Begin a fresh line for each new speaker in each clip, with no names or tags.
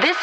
This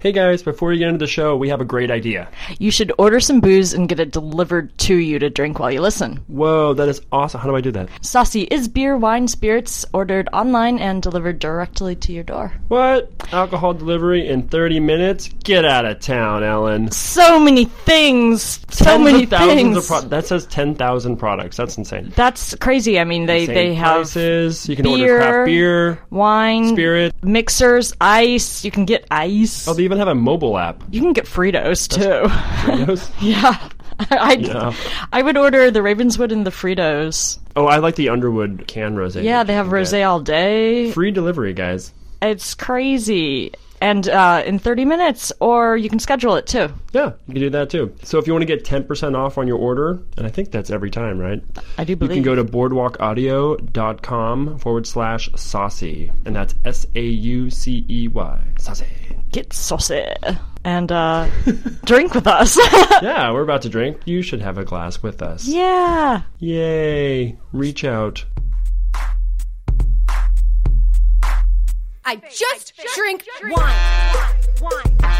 Hey guys, before we get into the show, we have a great idea.
You should order some booze and get it delivered to you to drink while you listen.
Whoa, that is awesome. How do I do that?
Saucy is beer, wine, spirits ordered online and delivered directly to your door.
What? Alcohol delivery in 30 minutes? Get out of town, Ellen.
So many things. So
Tens
many
of thousands
things.
of pro- that says 10,000 products. That's insane.
That's crazy. I mean, they,
Same
they have
prices. You can order
beer,
craft beer,
wine,
spirit.
mixers, ice. You can get ice.
Oh, they even have a mobile app.
you can get Fritos too.
Those-
yeah. I
Yeah.
I would order the Ravenswood and the Fritos.
Oh, I like the Underwood can rosé.
Yeah,
that
they
you
have
can get.
rosé all day.
Free delivery, guys.
It's crazy. And uh, in 30 minutes, or you can schedule it too.
Yeah, you can do that too. So if you want to get 10% off on your order, and I think that's every time, right?
I do
You
believe.
can go to boardwalkaudio.com forward slash saucy. And that's S A U C E Y. Saucy.
Get saucy. And uh, drink with us.
Yeah, we're about to drink. You should have a glass with us.
yeah.
Yay. Reach out.
I just drink wine.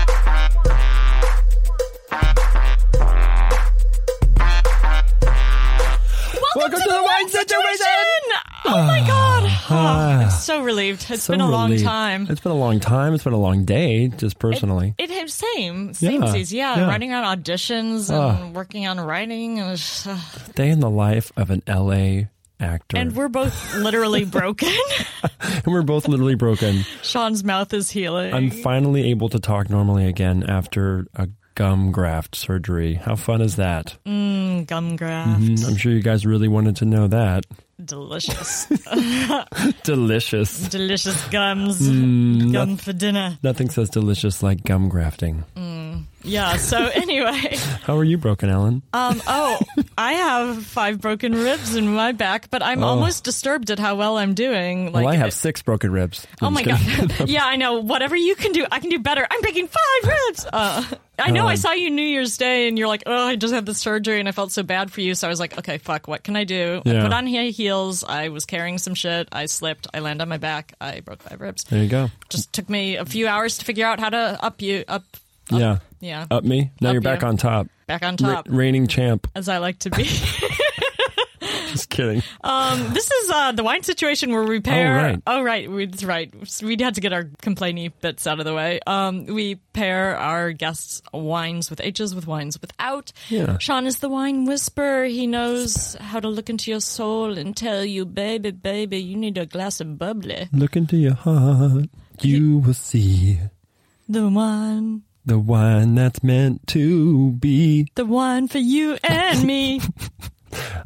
Welcome to the wine situation.
Oh my God. Oh, I'm so relieved.
Ah, so relieved.
It's
It's been a long time. It's been a long day, just personally.
It had same,
Yeah,
seamsies, yeah,
yeah. Ah.
Writing on auditions and working on writing, and, it's, uh,
day in the life of an LA actor.
and we're both literally broken.
And we're both literally broken.
Sean's mouth is healing.
I'm finally able to talk normally again after a gum graft surgery. How fun is that?
Mm. Gum graft,
I'm sure you guys really wanted to know that.
delicious,
Delicious.
delicious gums,
Mm,
gum for dinner.
Nothing says delicious like gum grafting.
Mm. Yeah. So anyway,
How are you broken, Ellen?
um, oh, I have five broken ribs in my back, but I'm almost disturbed at how well I'm doing.
well,
Like,
Oh. I have six broken ribs.
Oh
I'm
my
just kidding.
god! yeah, I know. Whatever you can do, I can do better. I'm breaking five ribs. Uh, I know.
Oh.
I saw you New Year's Day, and you're like, "Oh, I just had the surgery, and I felt so bad for you." So I was like, "Okay, fuck. What can I do?" I
Yeah.
put on high heels. I was carrying some shit. I slipped. I landed on my back. I broke five ribs.
There you go.
Just took me a few hours to figure out how to up you up.
yeah.
Yeah,
Up me. Now
Up
you're back
you.
on top.
back on
Re-
top.
reigning champ.
as I like to be.
Just kidding.
this is uh, the wine situation where we pair.
Oh, right.
Oh, right. We, that's right. We had to get our complaining bits out of the way. Um, we pair our guests' wines with H's with wines without.
Yeah.
Sean is the wine whisperer. He knows how to look into your soul and tell you, baby, baby, you need a glass of bubbly.
Look into your heart. You will see
The wine.
the wine that's meant to be.
The wine for you and me.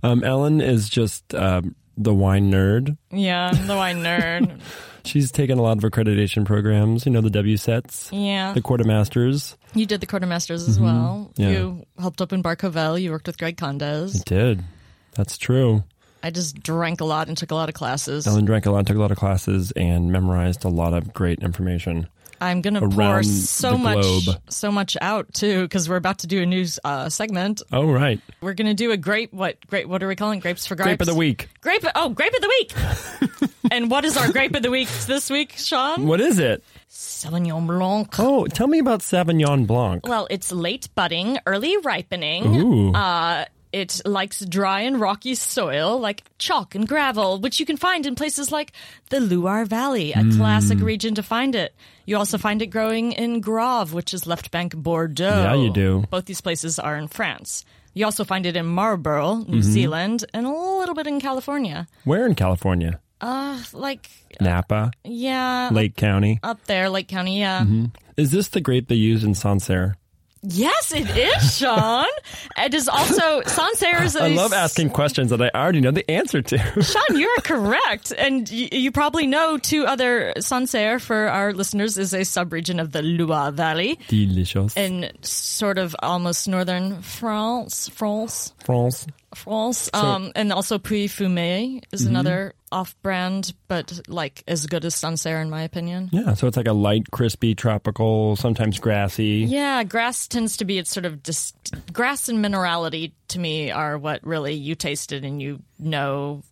Um, Ellen is just um, the wine nerd.
yeah, I'm the wine nerd.
She's taken a lot of accreditation programs, you know, the W sets,
Yeah.
the quartermasters.
You did the quartermasters as well.
Mm-hmm. Yeah.
You helped open Barcovel. You worked with Greg Condes.
Did. That's true.
I just drank a lot and took a lot of classes.
Ellen drank a lot, took a lot of classes, and memorized a lot of great information.
I'm gonna pour
around
so
the
much,
globe.
so much out too, because we're about to do a new uh, segment.
Oh, right.
We're gonna do a grape. What grape? What are we calling grapes for grapes?
Grape of the week.
Grape. Oh, grape of the week. and what is our grape of the week this week, Sean?
What is it?
Sauvignon Blanc.
Oh, tell me about Sauvignon Blanc.
Well, it's late budding, early ripening.
Ooh.
Uh, it likes dry and rocky soil like chalk and gravel, which you can find in places like the Loire Valley, a
Hmm.
classic region to find it. You also find it growing in Grave, which is left bank Bordeaux.
Yeah, you do.
Both these places are in France. You also find it in Marlborough, New
Mm-hmm.
Zealand, and a little bit in California.
Where in California?
Like,
Napa,
yeah,
Lake County.
up there, Lake County, yeah.
Mm-hmm. Is this the grape they use in Sancerre?
Yes, it is, Sean. it is also Sancerre is a
I love asking questions that I already know the answer to.
Sean, you are correct. And you, you probably know two other Sancerre for our listeners is a subregion of the Loire Valley
Delicious.
in sort of almost northern France, France,
France.
France. um, and also Puy Fumé is another off brand, but like as good as Sancerre in my opinion.
Yeah, so it's like a light, crispy, tropical, sometimes grassy.
Yeah, grass tends to be its sort of dis- grass and minerality to me are what really you tasted and you know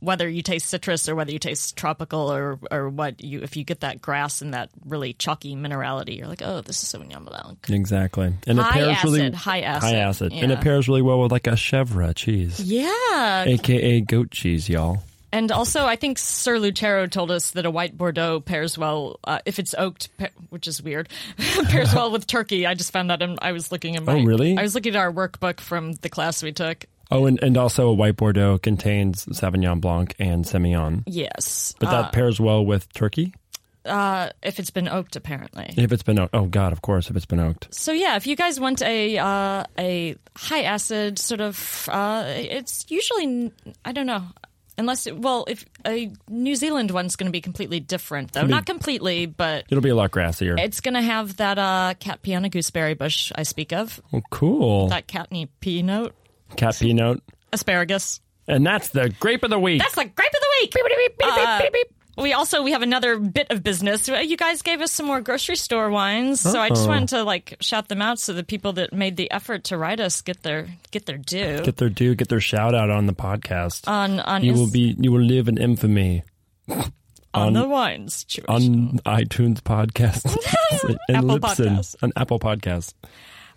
whether you taste citrus or whether you taste tropical or or what you if you get that grass and that really chalky minerality, you're like, oh, this is Sauvignon Blanc.
Exactly. And
High
it pairs really
acid, high acid,
High acid. And it
yeah.
pairs really well with like a chevre cheese,
Yeah,
aka goat cheese, y'all.
And also, I think Sir Lucero told us that a white Bordeaux pairs well uh, if it's oaked, pa- which is weird, pairs well with turkey. I just found that in, I was looking at my.
Oh, really?
I was looking at our workbook from the class we took.
Oh, and, and also a white Bordeaux contains Sauvignon Blanc and Semillon.
Yes,
But that pairs well with turkey
if it's been oaked, apparently.
if it's been oaked. Oh God, of course, if it's been oaked.
So yeah, if you guys want a uh, a high acid sort of, uh, it's usually n- I don't know. Unless it, well, if a New Zealand one's going to be completely different, though not completely, but
It'll be a lot grassier.
It's going to have that uh, cat piano gooseberry bush I speak of,
Well, Oh, cool.
that catney peanut,
Cat peanut.
asparagus.
And that's the grape of the week.
That's the grape of the week. Uh, we also we have another bit of business. Uh, You guys gave us some more grocery store wines, so I just wanted to like shout them out so the people that made the effort to write us get their get their due.
get their due, get their shout out on the podcast.
on on,
you
Ins-
will be you will live in infamy
on the wines. Cheers.
on iTunes podcast and
Apple
Libsyn
Podcasts.
on Apple Podcasts.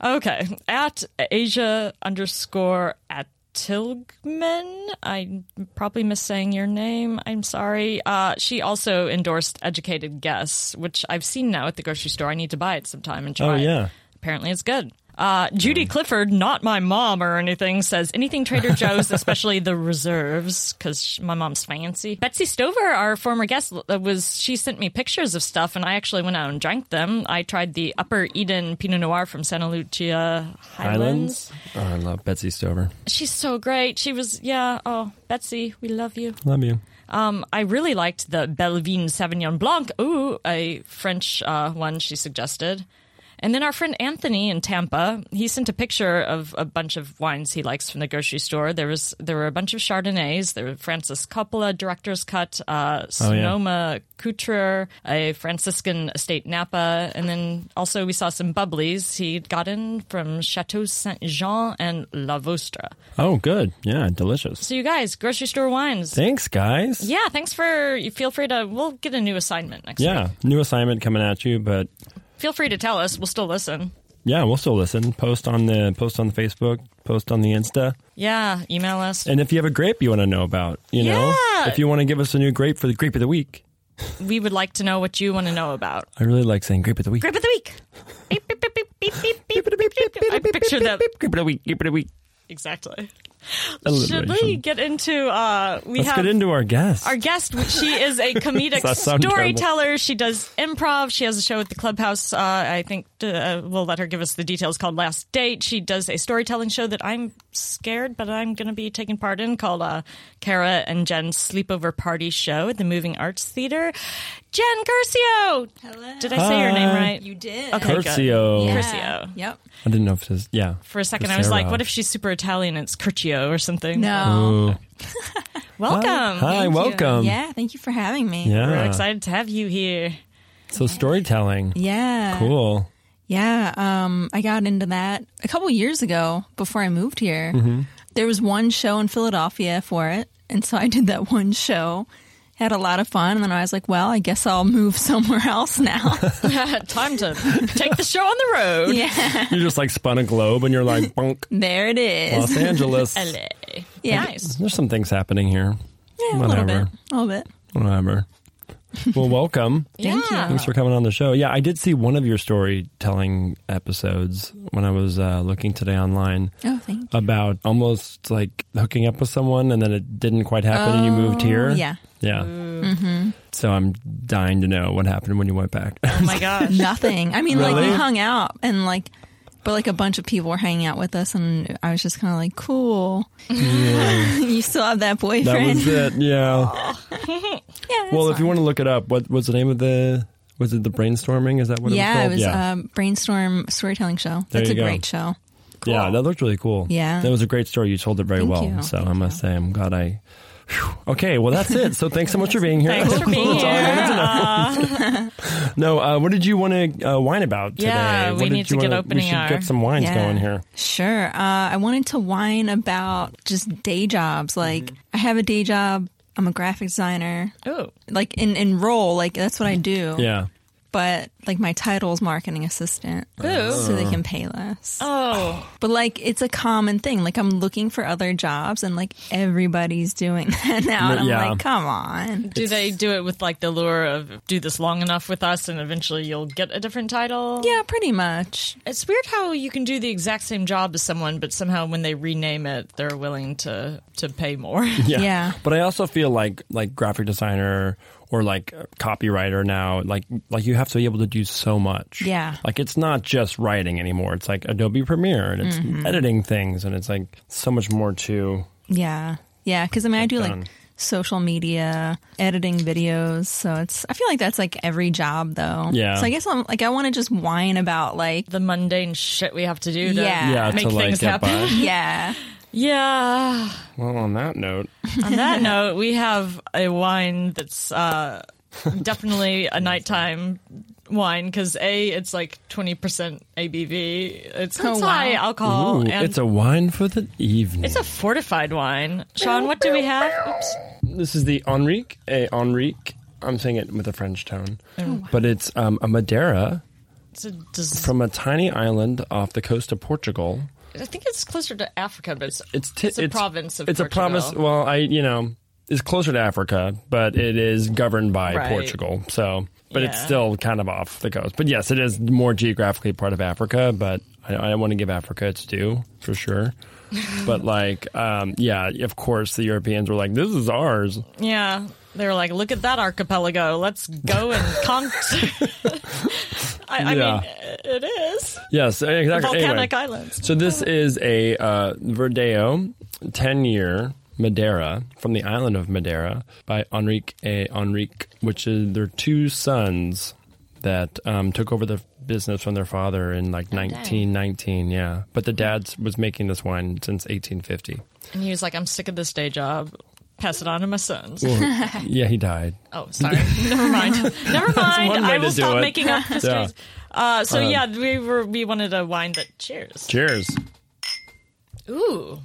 Okay. At Asia underscore at Tilgman. I probably miss saying your name. I'm sorry. Uh, she also endorsed Educated Guess, which I've seen now at the grocery store. I need to buy it sometime and try
Oh
it.
yeah.
Apparently it's good. Uh, Judy Clifford, not my mom or anything, says anything Trader Joe's, especially the reserves, because my mom's fancy. Betsy Stover, our former guest, uh, was she sent me pictures of stuff, and I actually went out and drank them. I tried the Upper Eden Pinot Noir from Santa Lucia
Islands.
Highlands.
Oh, I love Betsy Stover.
She's so great. She was, yeah. Oh, Betsy, we love you.
Love you.
Um, I really liked the Bellevine Sauvignon Blanc. Ooh, a French uh, one she suggested. And then our friend Anthony in Tampa, he sent a picture of a bunch of wines he likes from the grocery store. There was there were a bunch of Chardonnays. There were Francis Coppola director's cut, uh, Sonoma Couturier, a Franciscan Estate Napa, and then also we saw some bubblies he got in from Chateau Saint Jean and La Vostra.
Oh, good. Yeah, delicious.
So you guys, grocery store wines.
Thanks, guys.
Yeah, thanks for. you Feel free to. We'll get a new assignment next week.
Yeah, new assignment coming at you, but
Feel free to tell us. We'll still listen.
yeah, we'll still listen. Post on the post on the Facebook, post on the Insta,
Yeah, email us.
and if you have a grape you want to know about, you know,
Yeah.
if you want to give us a new grape for the grape of the week,
We would like to know what you want to know about.
I really like saying grape of the week.
Grip of the week. Beep, beep, beep, beep, beep, beep, beep, beep, beep, beep. I picture that
Grape of the week. Grape of the week.
exactly. Should
Alliteration.
we get into? uh We
Let's
have
get into our guest.
our guest. which She is a comedic
That sound
storyteller. She does improv. She has a show at the clubhouse. Uh, I think uh, we'll let her give us the details called Last Date. She does a storytelling show that I'm scared, but I'm going to be taking part in called uh, Kara and Jen's Sleepover Party Show at the Moving Arts Theater. Jen Curcio. Hello. Did I say your name
Hi.
right?
You did.
Okay, good.
Curcio.
Yeah.
Curcio.
Yep.
I didn't know if this. Yeah.
For a second, I was like,
Sarah.
what if she's super Italian? It's Curcio or something.
No.
Ooh.
Welcome.
Hi,
Thank you.
welcome.
Yeah, thank you for having me.
Yeah.
We're excited to have you here.
So storytelling.
Yeah.
Cool.
Yeah, um, I got into that a couple years ago before I moved here.
Mm-hmm.
There was one show in Philadelphia for it, and so I did that one show. Had a lot of fun, and then I was like, "Well, I guess I'll move somewhere else now."
Time to take the show on the road.
yeah,
You just like spun a globe and you're like, bonk,
there it is.
Los Angeles.
LA.
Yeah,
Nice.
There's some things happening here.
yeah, a little
Whatever.
bit, a little bit.
Whatever. Well, welcome.
Thank
Yeah.
you.
Thanks for coming on the show. Yeah, I did see one of your storytelling episodes when I was uh, looking today online
Oh, thank you.
about almost like hooking up with someone and then it didn't quite happen and you moved here.
Oh, yeah. Mm-hmm.
Yeah. So I'm dying to know what happened when you went back.
Oh my gosh.
Nothing. I mean, like we
Really?
hung out and like, but like a bunch of people were hanging out with us, and I was just kind of like, "Cool, you still have that boyfriend."
that was it. Yeah.
yeah, that's
Well, if
fine.
you want to look it up, what was the name of the? Was it the brainstorming? Is that what
yeah, it
it
was
was called?
um, brainstorm storytelling show.
There
That's a
you go.
great show.
yeah, that looked really cool.
Yeah.
that was a great story. You told it very
Thank
well.
you.
So I
Thank
must say, I'm glad I Okay, well that's it. So thanks so much for being here.
Thanks for being
That's all I wanted to
here. Uh,
know. No, uh, what did you want to uh, wine about today?
Yeah,
What
we
did
need
you
to get
wanna-
opening
We should
hour.
get some wines
Yeah.
going here.
Sure. Uh, I wanted to whine about just day jobs. Like,
Mm-hmm.
I have a day job. I'm a graphic designer.
Oh,
Like in in role, like that's what I do.
Yeah.
But like my title is marketing assistant,
Ooh.
so they can pay less.
oh,
But like it's a common thing. Like I'm looking for other jobs, and like everybody's doing that now. And I'm
Yeah.
like, come on.
do they do it with like the lure of do this long enough with us, and eventually you'll get a different title?
Yeah, pretty much.
It's weird how you can do the exact same job as someone, but somehow when they rename it, they're willing to to pay more.
yeah,
Yeah.
But I also feel like like graphic designer or like copywriter now, like like you have to be able to do so much.
Yeah.
like it's not just writing anymore. It's like Adobe Premiere and it's
Mm-hmm.
editing things and it's like so much more to.
Yeah, yeah. Because I mean, I do
done.
like social media editing videos, so it's. I feel like that's like every job though.
Yeah.
So I guess I'm like I want to just whine about like
the mundane shit we have to do to
Yeah. Yeah,
make
to like
things
get
happen.
by.
yeah,
Yeah.
Well, on that note,
On that note, we have a wine that's uh, definitely a nighttime wine because a it's like twenty percent ABV. It's,
Oh,
it's
wow.
high alcohol.
Ooh,
and
it's a wine for the evening.
it's a fortified wine. Sean, what do we have? Oops.
this is the Enrique, a Enrique. I'm saying it with a French tone, but it's um, a Madeira
It's a dis-
from a tiny island off the coast of Portugal.
I think it's closer to Africa, but it's
It's ti-
It's a province of
it's
Portugal.
a province. Well, I you know it's closer to Africa, but it is governed by
Right.
Portugal. So, but it's
Yeah.
still kind of off the coast. But yes, it is more geographically part of Africa. But I, I want to give Africa its due for sure. but like, um, yeah, of course, the Europeans were like, "This is ours."
yeah. They were like, "Look at that archipelago. Let's go and conquer." I, I
Yeah.
mean, it is
Yes, e-, exactly. Anyway.
volcanic islands.
So this is a uh, Verdeo 10-year Madeira from the island of Madeira by Enrique A. Enrique, which is their two sons that um, took over the business from their father in
Oh,
like 1919. Yeah, but the dad's was making this wine since 1850.
And he was like, "I'm sick of this day job. Pass it on to my sons."
yeah, he died.
Oh, sorry. Never mind. Never mind.
one way
I
to
will
do
stop
it. Um,
making up histories. Uh, so yeah, we were we wanted a wine that cheers.
Cheers.
Ooh,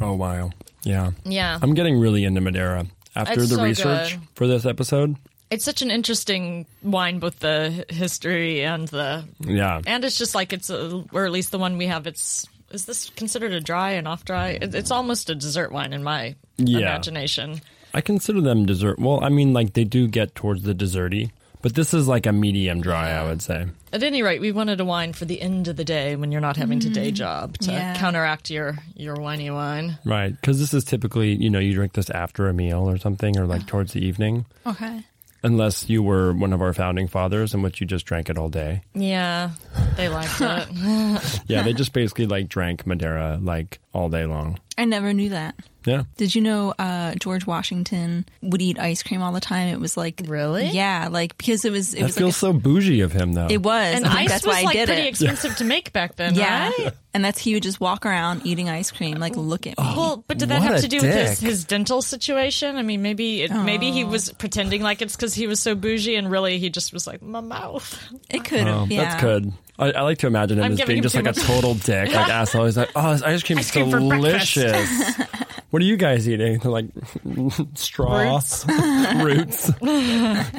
Oh wow. Yeah.
yeah.
I'm getting really into Madeira after
It's
the
so
research
good.
for this episode.
it's such an interesting wine, both the h- history and the
Yeah.
and it's just like it's a, or at least the one we have. It's is this considered a dry and off dry? It, it's almost a dessert wine in my
Yeah.
imagination.
I consider them dessert. Well, I mean, like they do get towards the desserty, but this is like a medium dry, I would say.
At any rate, we wanted a wine for the end of the day when you're not having to
Mm-hmm.
day job to
Yeah.
counteract your your whiny wine.
Right. Because this is typically, you know, you drink this after a meal or something or like towards the evening,
okay.
unless you were one of our founding fathers in which you just drank it all day.
Yeah, they liked it.
Yeah. They just basically like drank Madeira like all day long.
I never knew that.
Yeah.
Did you know uh, George Washington would eat ice cream all the time? It was like
Really?
yeah, like because it was it
That
was like
feels so bougie of him, though.
a- it was
And
I think
ice
that's
was
why I
like
did
pretty
it.
expensive to make back then,
yeah,
right?
and that's he would just walk around eating ice cream. Like, look
Oh,
at me.
Well, but did that
What
have
a
to do with his,
dick.
his dental situation? I mean, maybe it, maybe he was pretending like it's because he was so bougie, and really he just was like my mouth.
It could have.
Oh,
yeah.
That's good. I, I like to imagine him
I'm
as
giving
being
him
just
too
like a
much-
total dick, like asshole. He's like, "Oh, this ice cream is
Ice cream for breakfast."
delicious." what are you guys eating? They're like straw, roots,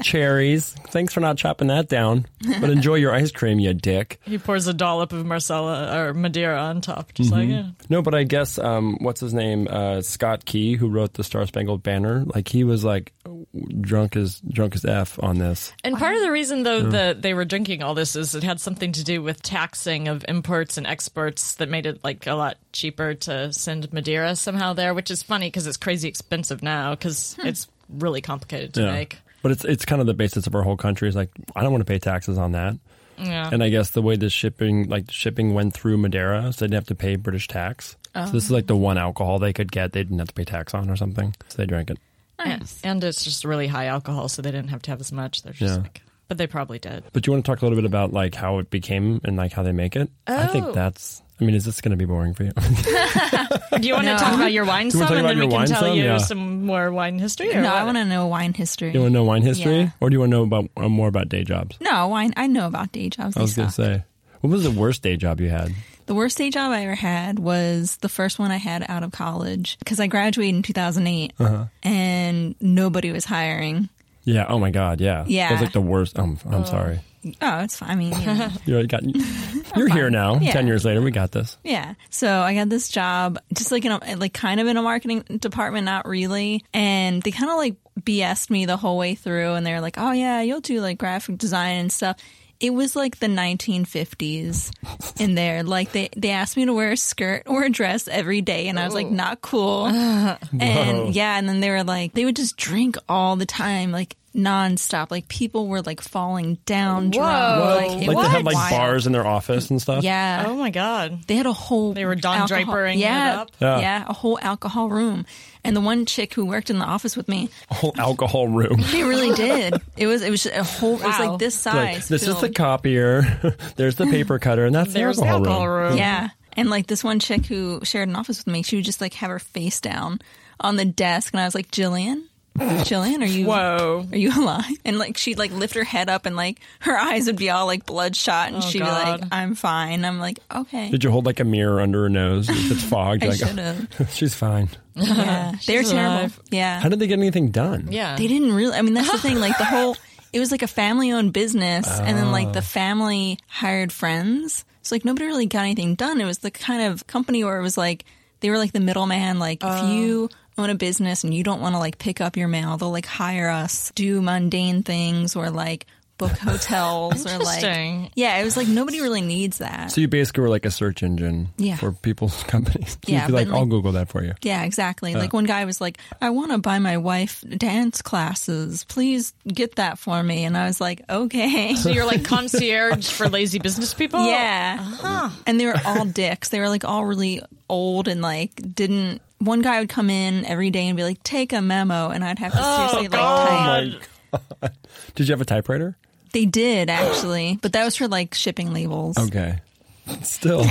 cherries. Thanks for not chopping that down, but enjoy your ice cream, you dick.
He pours a dollop of Marcella or Madeira on top, just like
Mm-hmm.
yeah.
No, but I guess um, what's his name? Uh, Scott Key, who wrote the Star Spangled Banner, like he was like drunk as drunk as f on this.
And part of the reason, though, that they were drinking all this is it had something to do with taxing of imports and exports that made it like a lot cheaper to send Madeira somehow there, which is funny because it's crazy expensive now because
Hmm.
it's really complicated to make.
But it's it's kind of the basis of our whole country. Is like I don't want to pay taxes on that.
Yeah.
And I guess the way the shipping, like shipping, went through Madeira, so they didn't have to pay British tax. So this is like the one alcohol they could get; they didn't have to pay tax on or something. So they drank it.
And it's just really high alcohol, so they didn't have to have as much. They're just
Yeah.
like, but they probably did.
But you want to talk a little bit about like how it became and like how they make it? I
Oh.
think that's. I mean, is this going to be boring for you?
Do you want
No.
to talk about your wine
you wanna
some,
talk
and
about
then we
your
can
wine
tell
some?
you
Yeah.
some more wine history? Or
No, I
what?
want to know wine history.
you want to know wine history,
Yeah.
or do you want to know about uh, more about day jobs?
no, wine. I know about day jobs.
I was going to say, what was the worst day job you had?
The worst day job I ever had was the first one I had out of college because I graduated in 2008
Uh-huh.
and nobody was hiring.
Yeah. Oh my God. Yeah.
Yeah.
That's like the worst. Um, I'm sorry.
Oh, it's fine. I mean, you know.
You're, you got, you're here now.
Yeah.
Ten years later, we got this.
yeah. So I got this job just like in a, like kind of in a marketing department, not really. And they kind of like BS'd me the whole way through and they're like, oh, yeah, you'll do like graphic design and stuff. It was like the 1950s in there. Like they, they asked me to wear a skirt or a dress every day, and I was like, not cool. And yeah, and then they were like, they would just drink all the time, like nonstop. Like people were like falling down drunk. Like, it
like
was
they had like
wild.
bars in their office and stuff.
Yeah.
Oh my god.
They had a whole.
They were Don
alcohol-
Drapering it
yeah,
up.
Yeah.
Yeah. a whole alcohol room. And the one chick who worked in the office with me,
Whole alcohol room.
they really did. It was it was just a whole. It was
Wow.
like this size.
Like, this is the
filled.
copier. There's the paper cutter, and that's
There's
the alcohol room.
room.
yeah. And like this one chick who shared an office with me, she would just like have her face down on the desk, and I was like, Jillian. Jillian, are you
Whoa.
Are you alive? And like she'd like lift her head up and like her eyes would be all like bloodshot and
Oh,
she'd
God.
be like, I'm fine. I'm like, okay.
Did you hold like a mirror under her nose? If it's fogged,
I
like,
should have.
she's fine.
Yeah. They're
She's
terrible.
alive.
Yeah.
How did they get anything done?
Yeah.
They didn't really. I mean, that's the thing. Like the whole, it was like a family-owned business, and then like the family hired friends. So like nobody really got anything done. It was the kind of company where it was like they were like the middleman. Like if you own a business and you don't want to like pick up your mail, they'll like hire us, do mundane things, or like book hotels, or
Interesting.
like yeah. It was like nobody really needs that.
So you basically were like a search engine
Yeah.
for people's companies. You'd
Yeah,
be like,
but,
I'll
like-
Google that for you.
Yeah, exactly. Like one guy was like, I want to buy my wife dance classes. Please get that for me. And I was like, okay.
So you're like concierge for lazy business people?
Yeah.
Uh-huh.
And they were all dicks. They were like all really old and like didn't. One guy would come in every day and be like, take a memo. And I'd have to seriously like type.
Oh, God.
Did you have a typewriter?
They did actually, but that was for like shipping labels.
Okay. Still.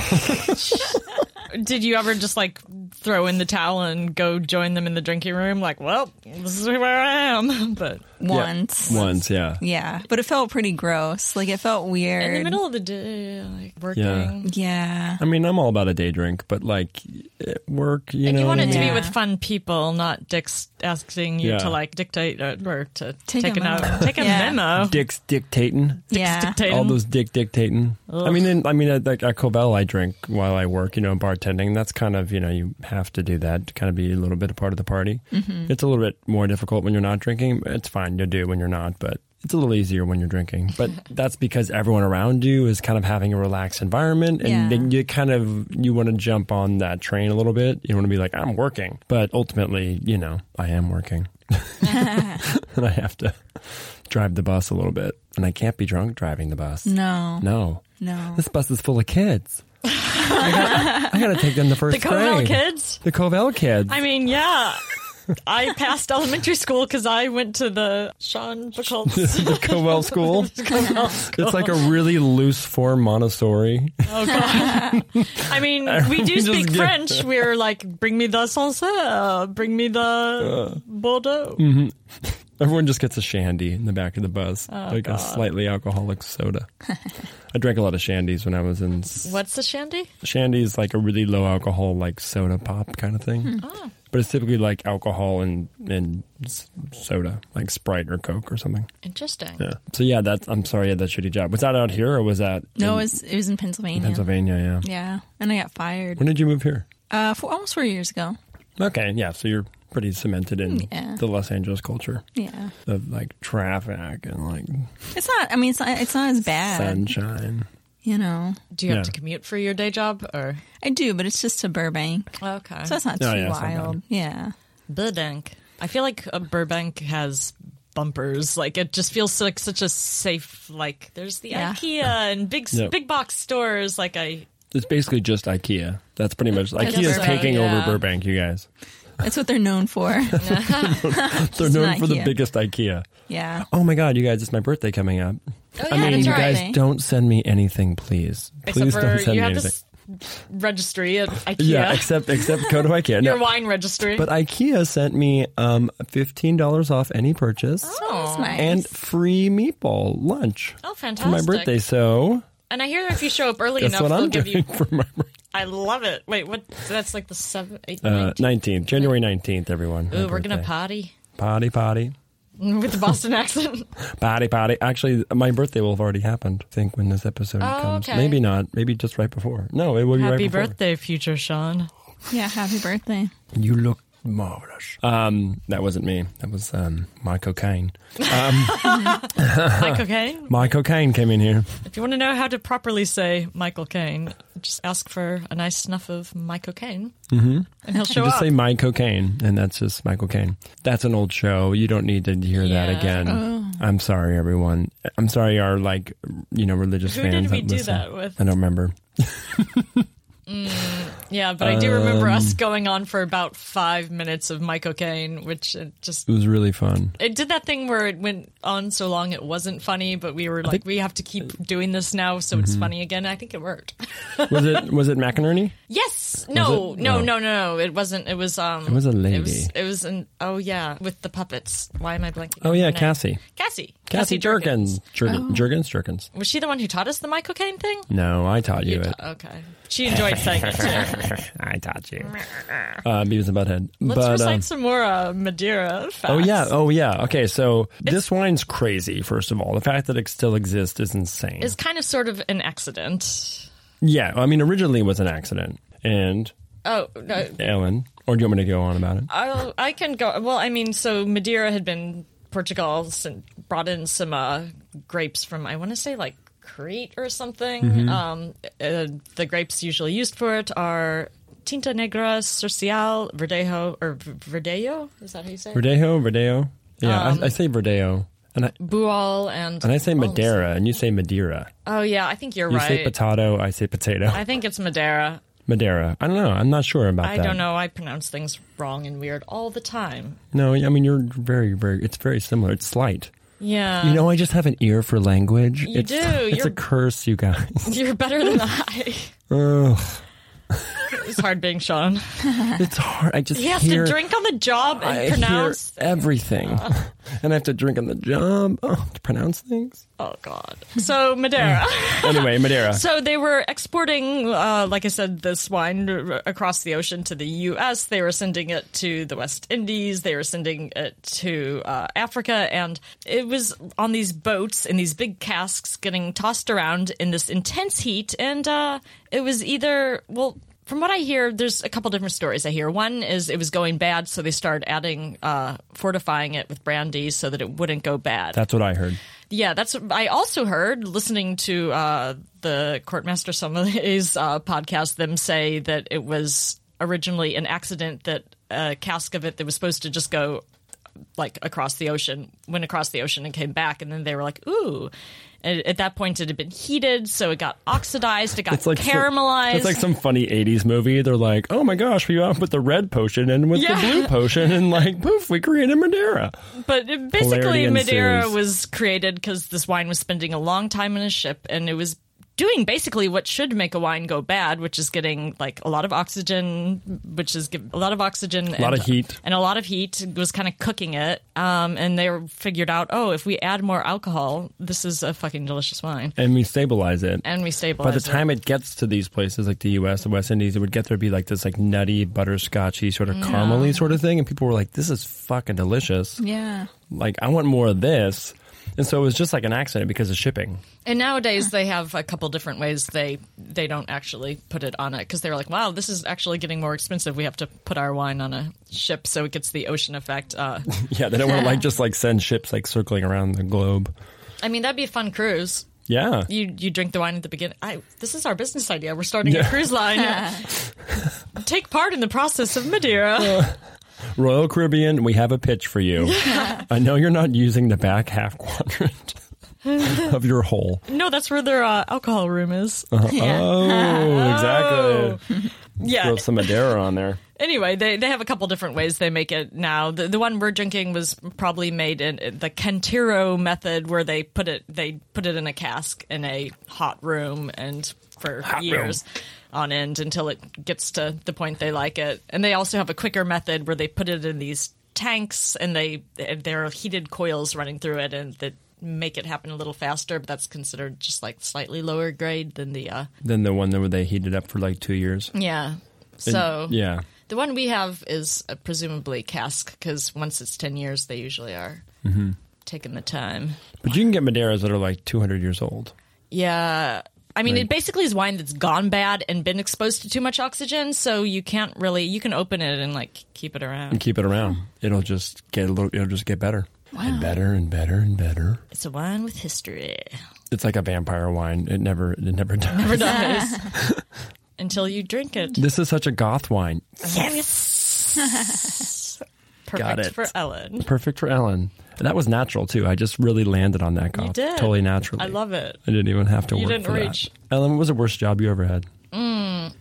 Did you ever just like throw in the towel and go join them in the drinking room? Like, well, this is where I am. But
Once. Yeah.
Once, yeah.
But it felt pretty gross. Like it felt weird.
in the middle of the day, like working.
Yeah.
Yeah.
I mean, I'm all about a day drink, but like at work, you know.
You want it to be
Yeah.
with fun people, not dicks asking you
Yeah.
to like dictate uh, or to take,
Take
a
a memo.
note, take a
Yeah.
memo.
Dicks dictating.
Yeah.
Dictating.
All those dick dictating. I mean, then, I mean, at, like at Covell, I drink while I work, you know, bartending. That's kind of, you know, you have to do that to kind of be a little bit a part of the party. It's a little bit more difficult when you're not drinking. It's fine, you do when you're not, but it's a little easier when you're drinking. But that's because everyone around you is kind of having a relaxed environment, and
Yeah.
then you kind of you want to jump on that train a little bit. You want to be like, I'm working, but ultimately, you know, I am working, and I have to drive the bus a little bit, and I can't be drunk driving the bus.
No.
No.
No.
This bus is full of kids. I, gotta, I gotta take them to
the
first
Cornell
grade.
kids.
The Covell kids.
I mean, yeah. I passed elementary school because I went to the Sean Buckholz.
the Covell school. It's like a really loose form Montessori.
Oh god! I mean, we do
Just
speak
get-
French. We're like, bring me the Sancerre, bring me
Uh.
the Bordeaux.
Mm. Everyone just gets a shandy in the back of the bus, like a slightly alcoholic soda. I drank a lot of shandies when I was in. What?
What's the shandy?
Shandy is like a really low alcohol, like soda pop kind of thing.
Oh,
But it's typically like alcohol and, and s- soda, like Sprite or Coke or something.
Interesting.
Yeah. So yeah, that's. I'm sorry, I had that shitty job. Was that out here or was that
No,
in
it was, it was in Pennsylvania.
Pennsylvania? Yeah.
Yeah. And I got fired.
When did you move here?
Uh, for almost four years ago.
Okay, yeah. So you're pretty cemented in
Yeah.
the Los Angeles culture
Yeah,
of like traffic and like
it's not. I mean, it's not. It's not as bad.
sunshine.
You know,
Do you
Yeah.
have to commute for your day job or?
I do, but it's just to Burbank,
Okay.
so it's not
Oh,
too
yeah, it's not bad.
wild. yeah,
Burbank. I feel like uh Burbank has bumpers. Like it just feels like such a safe. Like there's the
Yeah.
IKEA and big
Yep.
big box stores. Like I
It's basically just IKEA. That's pretty much IKEA's
so,
taking
yeah.
over Burbank, you guys.
That's what they're known for.
They're known
not
for the
IKEA.
biggest IKEA.
yeah.
Oh my god, you guys, it's my birthday coming up.
Oh,
I
yeah,
mean,
that's
you
right.
guys don't send me anything, please.
Except
Please don't
for
send
you
me
have
anything.
this registry at IKEA.
Yeah, except except go to IKEA. No,
Your wine registry.
but IKEA sent me um, fifteen dollars off any purchase
Oh, that's nice.
and free meatball lunch
oh,
for
fantastic.
my birthday. So
And I hear if you show up early
that's
enough,
what
they'll
I'm
give
doing
you.
for my birthday.
I love it. Wait, what? So that's like the seven, eight,
Uh,
nine.
19th, January 19th, everyone.
Ooh, we're gonna potty
potty, potty,
with the Boston accent.
potty, potty. Actually, my birthday will have already happened. I think when this episode comes,
Oh, okay.
maybe not. Maybe just right before. No, it will be
Happy
right before.
birthday, future Sean.
Yeah, happy birthday.
You look marvelous. Um, that wasn't me. That was um my cocaine.
Michael Caine.
My cocaine came in here.
If you want to know how to properly say Michael Caine, just ask for a nice snuff of Michael Caine, mm-hmm. and he'll show
Just
up.
say my cocaine, and that's just my cocaine. That's an old show. You don't need to hear that
Yeah. Oh.
again. I'm sorry, everyone. I'm sorry, our like you know religious
Who did
fans.
we do
listen.
that with?
I don't remember.
yeah, but I do
Um,
remember us going on for about five minutes of Michael Caine, which it just
It was really fun.
it did that thing where it went on so long it wasn't funny, but we were like, we have to
uh,
keep doing this now so
mm-hmm.
it's funny again. I think it worked.
Was it was it McInerney?
Yes. No.
it?
No.
Oh.
No. No. No. It wasn't. It was. Um. It
was a lady.
It was, it was an. Oh yeah, with the puppets. Why am I blanking?
Oh
on her
yeah,
name?
Cassie.
Cassie. Oh.
Cassie Jerkins. Jerkins. Jerkins. Jerkins.
Was she the one who taught us the Michael Caine thing?
No, I taught you it.
Okay. She enjoyed saying it too.
I taught you. Uh, Beavis and Butthead.
Let's
but,
recite
um,
some more uh, Madeira facts.
Oh yeah, oh yeah. Okay, so this wine's crazy. First of all, the fact that it still exists is insane.
It's kind of sort of an accident.
yeah, I mean, originally it was an accident, and
Oh no.
Ellen, or do you want me to go on about it?
I'll, I can go. Well, I mean, so Madeira had been Portugal and brought in some uh, grapes from I want to say like Crete or something.
Mm-hmm.
Um, uh, the grapes usually used for it are Tinta Negra, Cercial, Verdejo, or V- Verdejo. Is that how you say? it?
Verdejo, Verdeo. Yeah,
Um,
I, I say Verdeo, and I,
Bual and
and I say Madeira, and you say Madeira.
Oh yeah, I think you're
You say
oh. right.
potato, I say potato.
I think it's Madeira.
Madeira. I don't know. I'm not sure about
I
that.
don't know. I pronounce things wrong and weird all the time.
No, I mean you're very, very. It's very similar. It's slight.
Yeah,
You know, I just have an ear for language.
You
it's,
do.
It's
You're-
a curse, you guys.
you're better than I.
Ugh.
it's hard being Sean.
It's hard. I just
He has
hear,
to drink on the job and
I
pronounce.
hear everything, and I have to drink on the job oh, to pronounce things.
Oh God! So Madeira.
Anyway, Madeira.
so they were exporting, uh, like I said, this wine r- across the ocean to the U.S. They were sending it to the West Indies. They were sending it to uh, Africa, and it was on these boats in these big casks, getting tossed around in this intense heat. And uh, it was either well. From what I hear, there's a couple different stories I hear. One is it was going bad, so they started adding, uh, fortifying it with brandy so that it wouldn't go bad.
That's what I heard.
Yeah, that's. I also heard listening to uh, the Courtmaster Sommelier's uh, podcast them say that it was originally an accident that a cask of it that was supposed to just go like across the ocean went across the ocean and came back, and then they were like, "Ooh." And at that point, it had been heated, so it got oxidized. It got
It's like some-
caramelized.
it's like some funny '80s movie. They're like, "Oh my gosh, we went with the red potion and with
Yeah.
the blue potion, and like, poof, we created Madeira."
But it- basically,
Polarity
Madeira
ensues.
was created because this wine was spending a long time in a ship, and it was doing basically what should make a wine go bad, which is getting like a lot of oxygen, which is give, a lot of oxygen, a
lot of heat.
and a lot of heat was kind of cooking it. Um, and they were- figured out, oh, if we add more alcohol, this is a fucking delicious wine,
And we stabilize it.
and we
By
stabilize.
the time it gets to these places like the U.S. the West Indies, it would get there be like this like nutty butterscotchy sort of caramely sort of thing, and people were like, "This is fucking delicious."
Yeah.
like I want more of this. And so it was just like an accident because of shipping.
And nowadays they have a couple different ways they they don't actually put it on it because they're like, wow, this is actually getting more expensive. We have to put our wine on a ship so it gets the ocean effect. Uh,
Yeah, they don't want to like just like send ships like circling around the globe.
I mean, that'd be a fun cruise.
Yeah.
You you drink the wine at the beginning. I, this is our business idea. We're starting a
Yeah.
cruise line. Take part in the process of Madeira.
Royal Caribbean, we have a pitch for you. I know you're not using the back half quadrant. of your hole.
No, that's where their uh, alcohol room is.
Oh, exactly.
yeah.
Throw some Madeira on there.
Anyway, they, they have a couple different ways they make it now. The, the one we're drinking was probably made in in the Cantiro method, where they put it they put it in a cask in a hot room and for years on end until it gets to the point they like it. And they also have a quicker method where they put it in these tanks and they there are heated coils running through it and that make it happen a little faster. But that's considered just like slightly lower grade than the uh,
Then the one that they heated up for like two years.
yeah. So
Yeah.
the one we have is uh, presumably cask because once it's 10 years, they usually are
Mm-hmm.
taking the time.
But you can get Madeiras that are like 200 years old.
Yeah. I mean,
Right.
it basically is wine that's gone bad and been exposed to too much oxygen, so you can't really, you can open it and like keep it around.
Keep it around. It'll just get a little, it'll just get better. And better and better and better.
It's a wine with history.
It's like a vampire wine. It never, it never dies.
Never dies. Until you drink it.
This is such a goth wine.
Yes. Perfect
Got it.
for Ellen.
Perfect for Ellen. And that was natural too. I just really landed on that goth.
You did.
Totally naturally.
I love it.
I didn't even have to
You
work
didn't
for that.
reach.
Ellen, what was the worst job you ever had?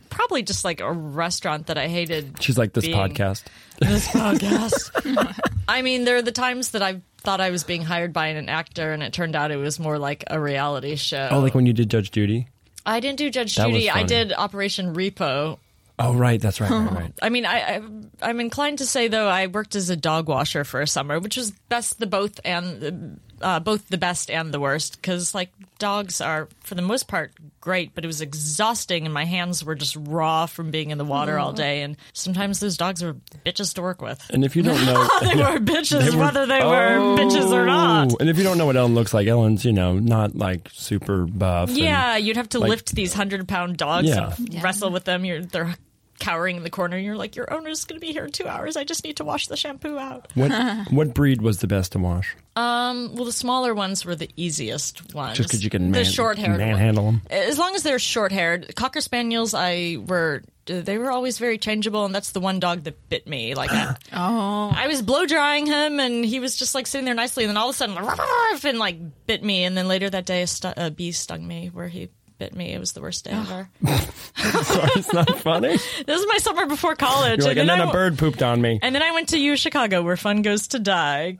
Probably just like a restaurant that I hated.
She's like this
Being-
podcast.
this podcast. I mean, there are the times that I thought I was being hired by an actor, and it turned out it was more like a reality show.
Oh, like when you did Judge Judy.
I didn't do Judge
That was
Judy. I
funny.
did Operation Repo.
Oh, right. That's right. Right. right.
I mean, I, I I'm inclined to say though I worked as a dog washer for a summer, which was best the both and uh, both the best and the worst because like dogs are for the most part great, but it was exhausting and my hands were just raw from being in the water all day, and sometimes those dogs were bitches to work with.
And if you don't know,
they were bitches,
They were-
whether they were
Oh.
bitches or not.
And if you don't know what Ellen looks like, Ellen's, you know, not like super buff. and-
Yeah, you'd have to
Like-
lift these hundred pound dogs
Yeah.
and wrestle with them. You're they're cowering in the corner. and You're like, your owner's going to be here in two hours. I just need to wash the shampoo out.
what what breed was the best to wash?
Well, the smaller ones were the easiest ones.
Just because you can man,
the short haired
manhandle them.
As long as they're short haired, cocker spaniels, I were they were always very changeable, and that's the one dog that bit me. Like, I,
Oh,
I was blow drying him, and he was just like sitting there nicely, and then all of a sudden, ruff, and like bit me. And then later that day, a, stu- a bee stung me where he bit me. It was the worst day ever.
Sorry, it's not funny.
this is my summer before college,
You're like, and then
I,
a bird pooped on me.
And then I went to U Chicago, where fun goes to die.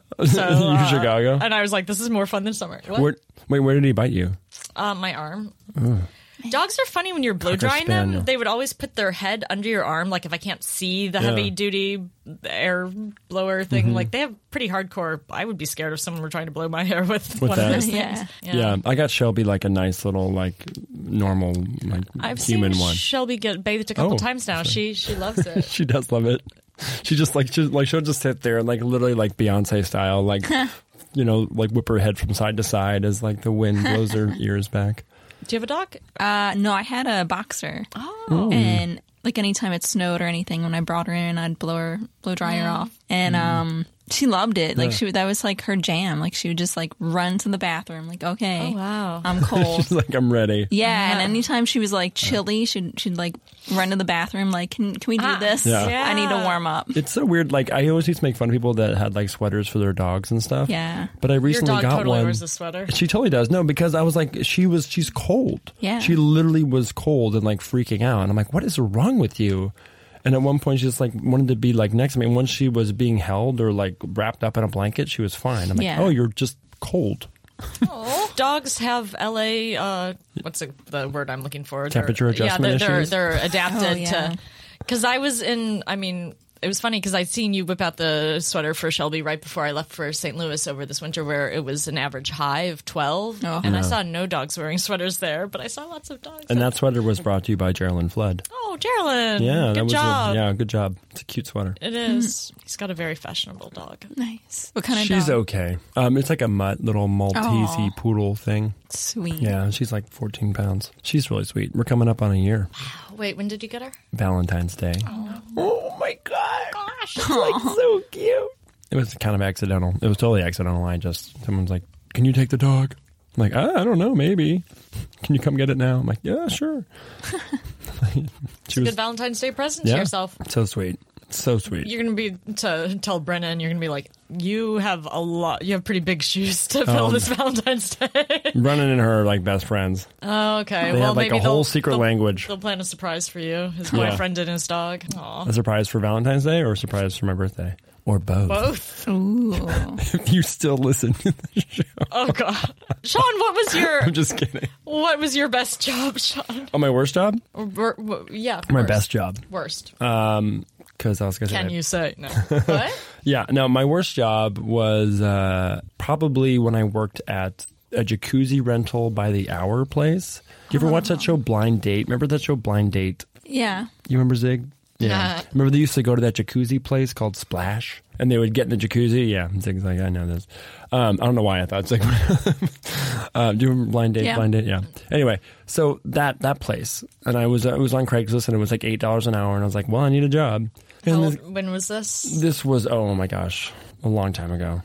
So,
You
uh,
Chicago?
and I was like, this is more fun than summer. What?
Where, wait, where did he bite you?
Uh, my arm. Dogs are funny when you're blow drying
spaniel.
them. They would always put their head under your arm, like if I can't see the heavy duty air blower thing.
Mm-hmm.
Like they have pretty hardcore. I would be scared if someone were trying to blow my hair with, one
that.
of those things.
Yeah.
Yeah. I got Shelby like a nice little like normal like
I've
human
seen
one.
Shelby get bathed a couple
Oh,
times now. She she loves it.
she does love it. She just like she like she'll just sit there and like literally like Beyonce style like you know like whip her head from side to side as like the wind blows her ears back.
Do you have a dog?
uh, no, I had a boxer, oh. and like anytime it snowed or anything, when I brought her in, I'd blow her blow dry her off, and
Mm-hmm.
um, she loved it. Like she would- that was like her jam. Like she would just like run to the bathroom, like okay,
Oh, wow. Uh-huh.
I'm cold.
She's like I'm ready.
Yeah, and anytime she was like chilly, she'd she'd like run to the bathroom, like, can can we
Ah.
do this?
Yeah.
I need to warm up.
It's so weird. Like I always used to make fun of people that had like sweaters for their dogs and stuff.
Yeah.
But I
Your
recently
dog
got
totally
one.
wears a sweater.
She totally does. No, because I was like, she was, she's cold.
Yeah.
She literally was cold and like freaking out. And I'm like, what is wrong with you? And at one point, she just like wanted to be like next to me. And once she was being held or like wrapped up in a blanket, she was fine. I'm like,
Yeah.
oh, you're just cold.
Dogs have LA. Uh, what's the, the word I'm looking for? They're-
Temperature adjustment
Yeah, they're
issues?
they're, they're adapted
Oh, yeah.
to. Because I was in. I mean. It was funny because I'd seen you whip out the sweater for Shelby right before I left for St. Louis over this winter, where it was an average high of 12.
Oh.
And I saw no dogs wearing sweaters there, but I saw lots of dogs.
And that sweater was brought to you by Geraldine Flood.
oh, Geraldine.
Yeah.
Good
that was a-
job.
yeah. Good job. It's a cute sweater.
It is. He's got a very fashionable dog.
Nice. What kind of
She's
dog?
okay. Um, it's like a mutt, little Maltese
Aw.
poodle thing.
Sweet.
Yeah, she's like 14 pounds. She's really sweet. We're coming up on a year.
Wait, when did you get her?
Valentine's Day. Oh my god.
Gosh.
so cute. It was kind of accidental. It was totally accidental. I just someone's like, "Can you take the dog?" I'm like, "Ah, "I don't know, maybe. Can you come get it now?" I'm like, "Yeah, sure." she
Good Valentine's Day present
yeah,
to yourself.
so sweet. So sweet.
You're gonna be to tell Brennan. You're gonna be like, you have a lot. You have pretty big shoes
Um,
to fill this Valentine's Day.
Brennan and her are like best friends.
oh, okay.
They
well,
have like
maybe
a whole
they'll-
secret
they'll-
language.
They'll plan a surprise for you. His
Yeah.
boyfriend and his dog. Aww.
A surprise for Valentine's Day or a surprise for my birthday? Or both.
Both.
Ooh.
If you still listen to the show.
Oh god. Sean, what was your
I'm just kidding.
what was your best job, Sean?
Oh, my worst job?
Or, wor- wor- yeah.
My
worst.
best job.
Worst.
Um, because I was gonna
Can
say,
you say no? what?
yeah, no, my worst job was uh, probably when I worked at a jacuzzi rental by the hour place. You ever watch that show Blind Date? Remember that show Blind Date?
Yeah.
You remember Zig?
Nah.
Remember they used to go to that jacuzzi place called Splash, and they would get in the jacuzzi. Yeah, Zig's like, I know this. Um, I don't know why I thought Zig. uh, do you remember blind date?
Yeah.
Blind date. Yeah. Anyway, so that that place, and I was I was on Craigslist, and it was like eight dollars an hour, and I was like, well, I need a job. And
How
this,
old- when was this?
this was oh my gosh, a long time ago.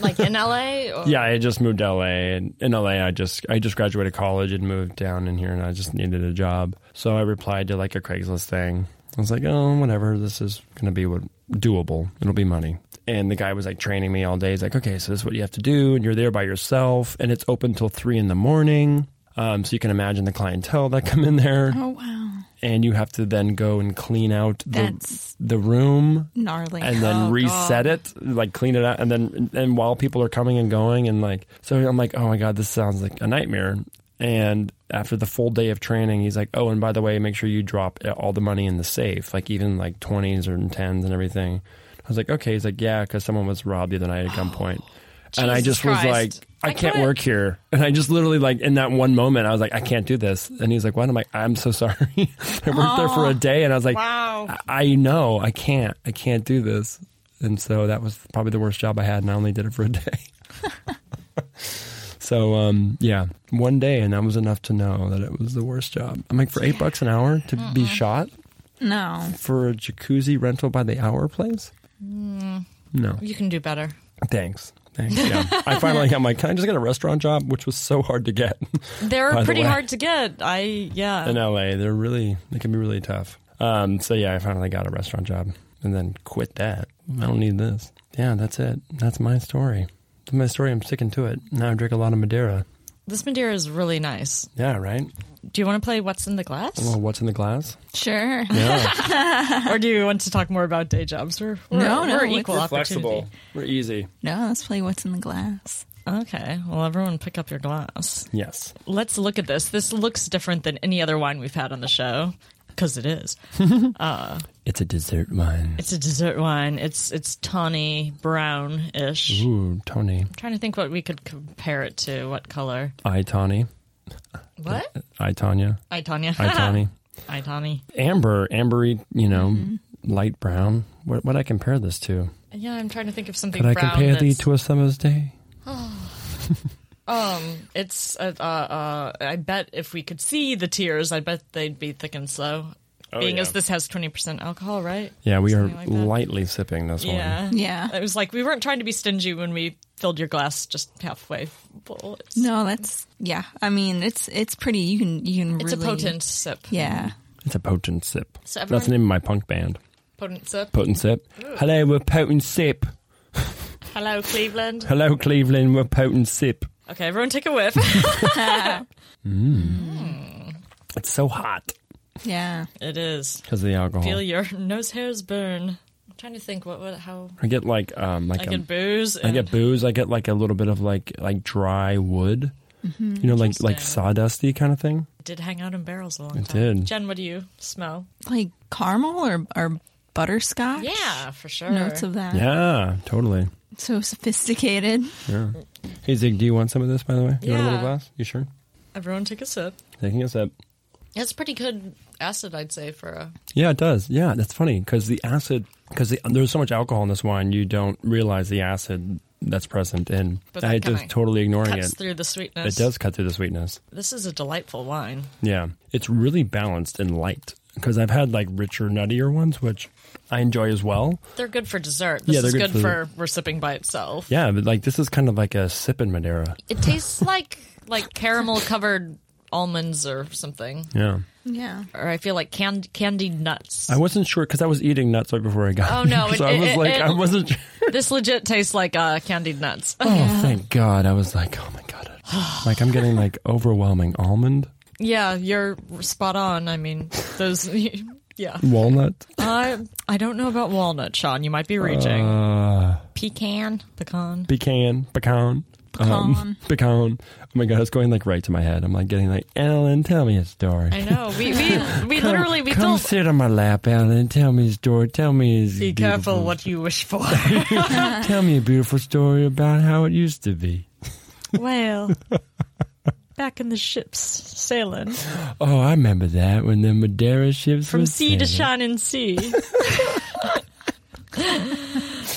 Like in LA? Or?
Yeah, I had just moved to LA, and in LA, I just I just graduated college and moved down in here, and I just needed a job. So I replied to like a Craigslist thing. I was like, oh, whatever, this is gonna be what doable. It'll be money. And the guy was like training me all day. He's like, okay, so this is what you have to do, and you're there by yourself, and it's open till three in the morning. Um, so you can imagine the clientele that come in there,
Oh, wow.
and you have to then go and clean out the,
That's-
the room
Gnarly.
and then
Oh,
reset it, like clean it out, and then and while people are coming and going, and like so, I'm like, oh my god, this sounds like a nightmare. And after the full day of training, he's like, oh, and by the way, make sure you drop all the money in the safe, like even like twenties or tens and everything. I was like, okay. He's like, yeah, because someone was robbed the other night at gunpoint, and I
Jesus
just was like.
Christ.
I
I
can't
quit.
work here, and I just literally like in that one moment, I was like, I can't do this, and he's like, What? I'm like, I'm so sorry. I worked there for a day, and I was like,
Wow.
I- I know I can't. I can't do this. And so that was probably the worst job I had, and I only did it for a day. so um, yeah, one day, and that was enough to know that it was the worst job. I'm like, for eight bucks an hour to be shot
no.
for a jacuzzi rental by the hour place? No,
You can do better.
thanks. Thanks. Yeah. I finally, I'm like, can I just get a restaurant job, which was so hard to get
They're
By the
pretty
way.
hard to get. I yeah.
in LA. They're really, they can be really tough. Um, so yeah, I finally got a restaurant job and then quit that. I don't need this. Yeah, that's it. That's my story. That's my story. I'm sticking to it. Now I drink a lot of Madeira.
This Madeira is really nice.
Yeah, right.
Do you want to play What's in the Glass?
Well, what's in the glass?
Sure.
Yeah,
or do you want to talk more about day jobs? We're, we're,
No, no,
we're
it's-
equal opportunity.
We're easy.
No, let's play What's in the Glass.
Okay. Well, everyone pick up your glass.
Yes.
Let's look at this. This looks different than any other wine we've had on the show because it is.
It's a dessert wine.
It's a dessert wine. It's it's tawny brown ish.
Ooh, Tony.
Trying to think what we could compare it to. What color?
I Tony.
What?
I Tanya.
I Tanya.
I Tony.
I Tawny.
Amber. Ambery. You know,
Mm-hmm.
light brown. What? What I compare this to?
Yeah, I'm trying to think of something
Could I
brown.
compare thee
that's-
to a summer's day?
Um, it's uh, uh, uh, I bet if we could see the tears, I bet they'd be thick and slow. Being
Oh, yeah.
as this has twenty percent alcohol, right?
Yeah, we are
Something like that.
lightly sipping this one.
Yeah,
Yeah.
It was like we weren't trying to be stingy when we filled your glass just halfway full. It's,
No, that's yeah. I mean, it's it's pretty. You can you can.
it's
really,
a potent sip.
Yeah.
It's a potent sip.
So
That's the
everyone-
name of my punk band.
Potent sip.
Potent sip. Hello, we're potent sip.
Hello, Cleveland.
Hello, Cleveland, we're potent sip.
Okay, everyone, take a whiff.
It's so hot
Yeah.
it is.
because of the alcohol.
Feel your nose hairs burn. I'm trying to think what, what how
I get like um like
I
a-
get booze. And
I get booze. I get like a little bit of like like dry wood.
Mm-hmm.
You know, like like sawdusty kind of thing.
did hang out in barrels a long
It
time.
did.
Jen, what do you smell?
Like caramel or or butterscotch.
Yeah, for sure.
Notes of
Uh-huh.
that.
Yeah, totally.
So sophisticated.
Yeah. Hey Zig, do you want some of this? By the way, you want a
Yeah.
little glass? You sure?
Everyone take a sip.
Taking a sip.
It's pretty good acid, I'd say, for a.
Yeah, it does. Yeah, that's funny because the acid, because the, there's so much alcohol in this wine, you don't realize the acid that's present, and
But that
I
kinda
just totally ignoring
Cuts
it.
through the sweetness.
Oh, It does cut through the sweetness.
This is a delightful wine.
Yeah, it's really balanced and light because I've had like richer, nuttier ones, which I enjoy as well.
They're good for dessert. This
Yeah, they're
is
good
good,
for-
for, we're sipping by itself.
Yeah, but like this is kind of like a sip in Madeira.
It tastes like like caramel covered almonds or something.
Yeah.
Yeah.
Or I feel like canned, candied nuts.
I wasn't sure because I was eating nuts right before I got.
Oh, no,
here,
it-
so I was
it-
like,
it-
I wasn't.
this legit tastes like uh, candied nuts.
Oh, thank God! I was like, oh my God, like I'm getting like overwhelming almond
yeah, you're spot on. I mean, those. Yeah.
walnut.
I I don't know about walnut, Sean. You might be reaching.
Uh.
pecan, pecan.
pecan, pecan, um,
Pecan.
pecan. Oh my god, it's going like right to my head. I'm like getting like Ellen, tell me a story.
I know. We we, we literally we
Come
don't.
sit on my lap, Ellen. Tell me a story. Tell me. a
Be
beautiful-
careful what you wish for.
Tell me a beautiful story about how it used to be.
well, back in the ships sailing
Oh, I remember that when the Madeira ships
from
were
sea to
sailing.
shining sea.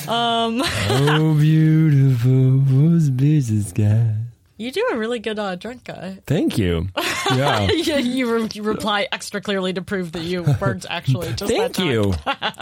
Oh, beautiful was busy sky.
You do a really good uh, drunk guy.
Thank you. Yeah.
you, you, re- you reply extra clearly to prove that you weren't actually just.
Thank
that time.
you.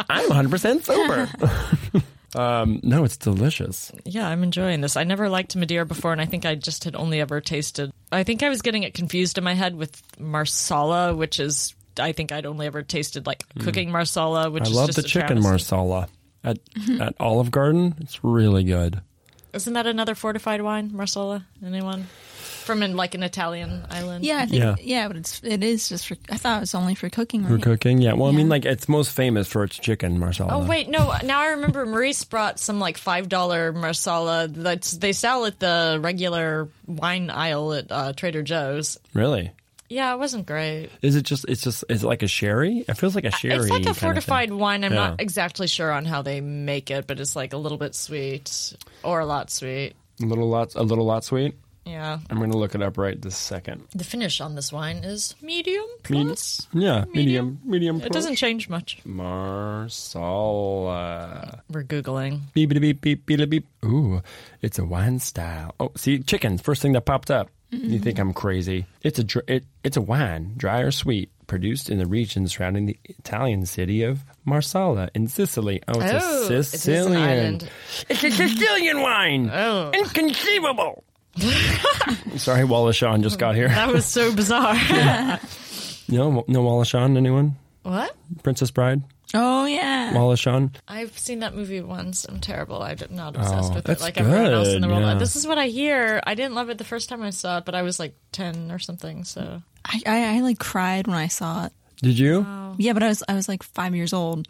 I'm 100% sober. um, no, it's delicious.
Yeah, I'm enjoying this. I never liked Madeira before, and I think I just had only ever tasted. I think I was getting it confused in my head with Marsala, which is. I think I'd only ever tasted like cooking Marsala, which
Hmm. I
is
love
just
the
a
chicken
travesty. Mm-hmm.
marsala at at Olive Garden. It's really good.
Isn't that another fortified wine, Marsala? Anyone from in, like an Italian island?
Yeah, I think,
Yeah.
yeah, but it's it is just for. I thought it was only for cooking.
For
Right?
cooking, yeah. Well, I mean,
Yeah.
like it's most famous for its chicken marsala.
Oh wait, no. Now I remember Maurice brought some like five dollar Marsala that's they sell at the regular wine aisle at uh, Trader Joe's.
really?
Yeah, it wasn't great.
Is it just? It's just. Is it like a sherry? It feels like a sherry.
Uh, it's like
kind
a
of thing.
fortified wine. I'm
Yeah.
not exactly sure on how they make it, but it's like a little bit sweet or a lot sweet.
A little lot. A little lot sweet.
Yeah.
I'm gonna look it up right this second.
The finish on this wine is medium
Medi-
plus.
yeah, medium. Medium.
It doesn't change much.
Marsala.
We're googling.
Beep beep beep beep beep beep. Ooh, it's a wine style. Oh, see, chicken. First thing that popped up. You think I'm crazy? It's a dr- it, it's a wine, dry or sweet, produced in the region surrounding the Italian city of Marsala in Sicily. Oh, it's
Oh, it
a
is an
Sicilian.
island.
It's a Sicilian wine. Oh, inconceivable. Sorry, Wallaceon just got here.
That was so bizarre.
No, no Wallaceon. Anyone?
What?
Princess Bride.
Oh yeah.
Wallaceon.
I've seen that movie once. I'm terrible. I'm not obsessed
Oh,
with it
that's
like everyone else in the
good,
world.
yeah.
This is what I hear. I didn't love it the first time I saw it, but I was like 10 or something. So
I, I I like cried when I saw it.
Did you?
Oh.
Yeah, but I was I was like five years old,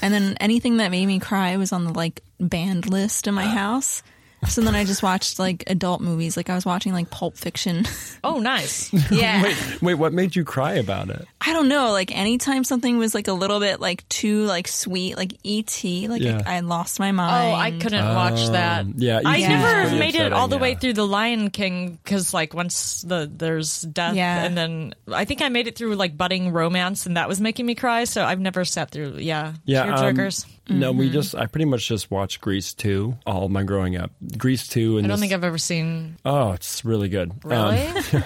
and then anything that made me cry was on the like banned list in my house. So then I just watched like adult movies. Like I was watching like Pulp Fiction.
Oh, nice.
Yeah.
Wait, what made you cry about it?
I don't know. Like anytime something was like a little bit like too like sweet, like ET, like
Yeah.
I, I lost my
Oh,
mind.
I couldn't watch that.
Um, yeah,
I
E.T. is
never
pretty
made it
upsetting,
all the way
yeah.
through The Lion King because, like, once the there's death,
Yeah.
and then I think I made it through like budding romance, and that was making me cry. So I've never sat through, yeah,
Yeah, um,
tearjerkers.
No,
Mm-hmm.
we just I pretty much just watched Grease two all my growing up. Grease two and
I don't
this-
think I've ever seen.
oh, it's really good. Um,
Really?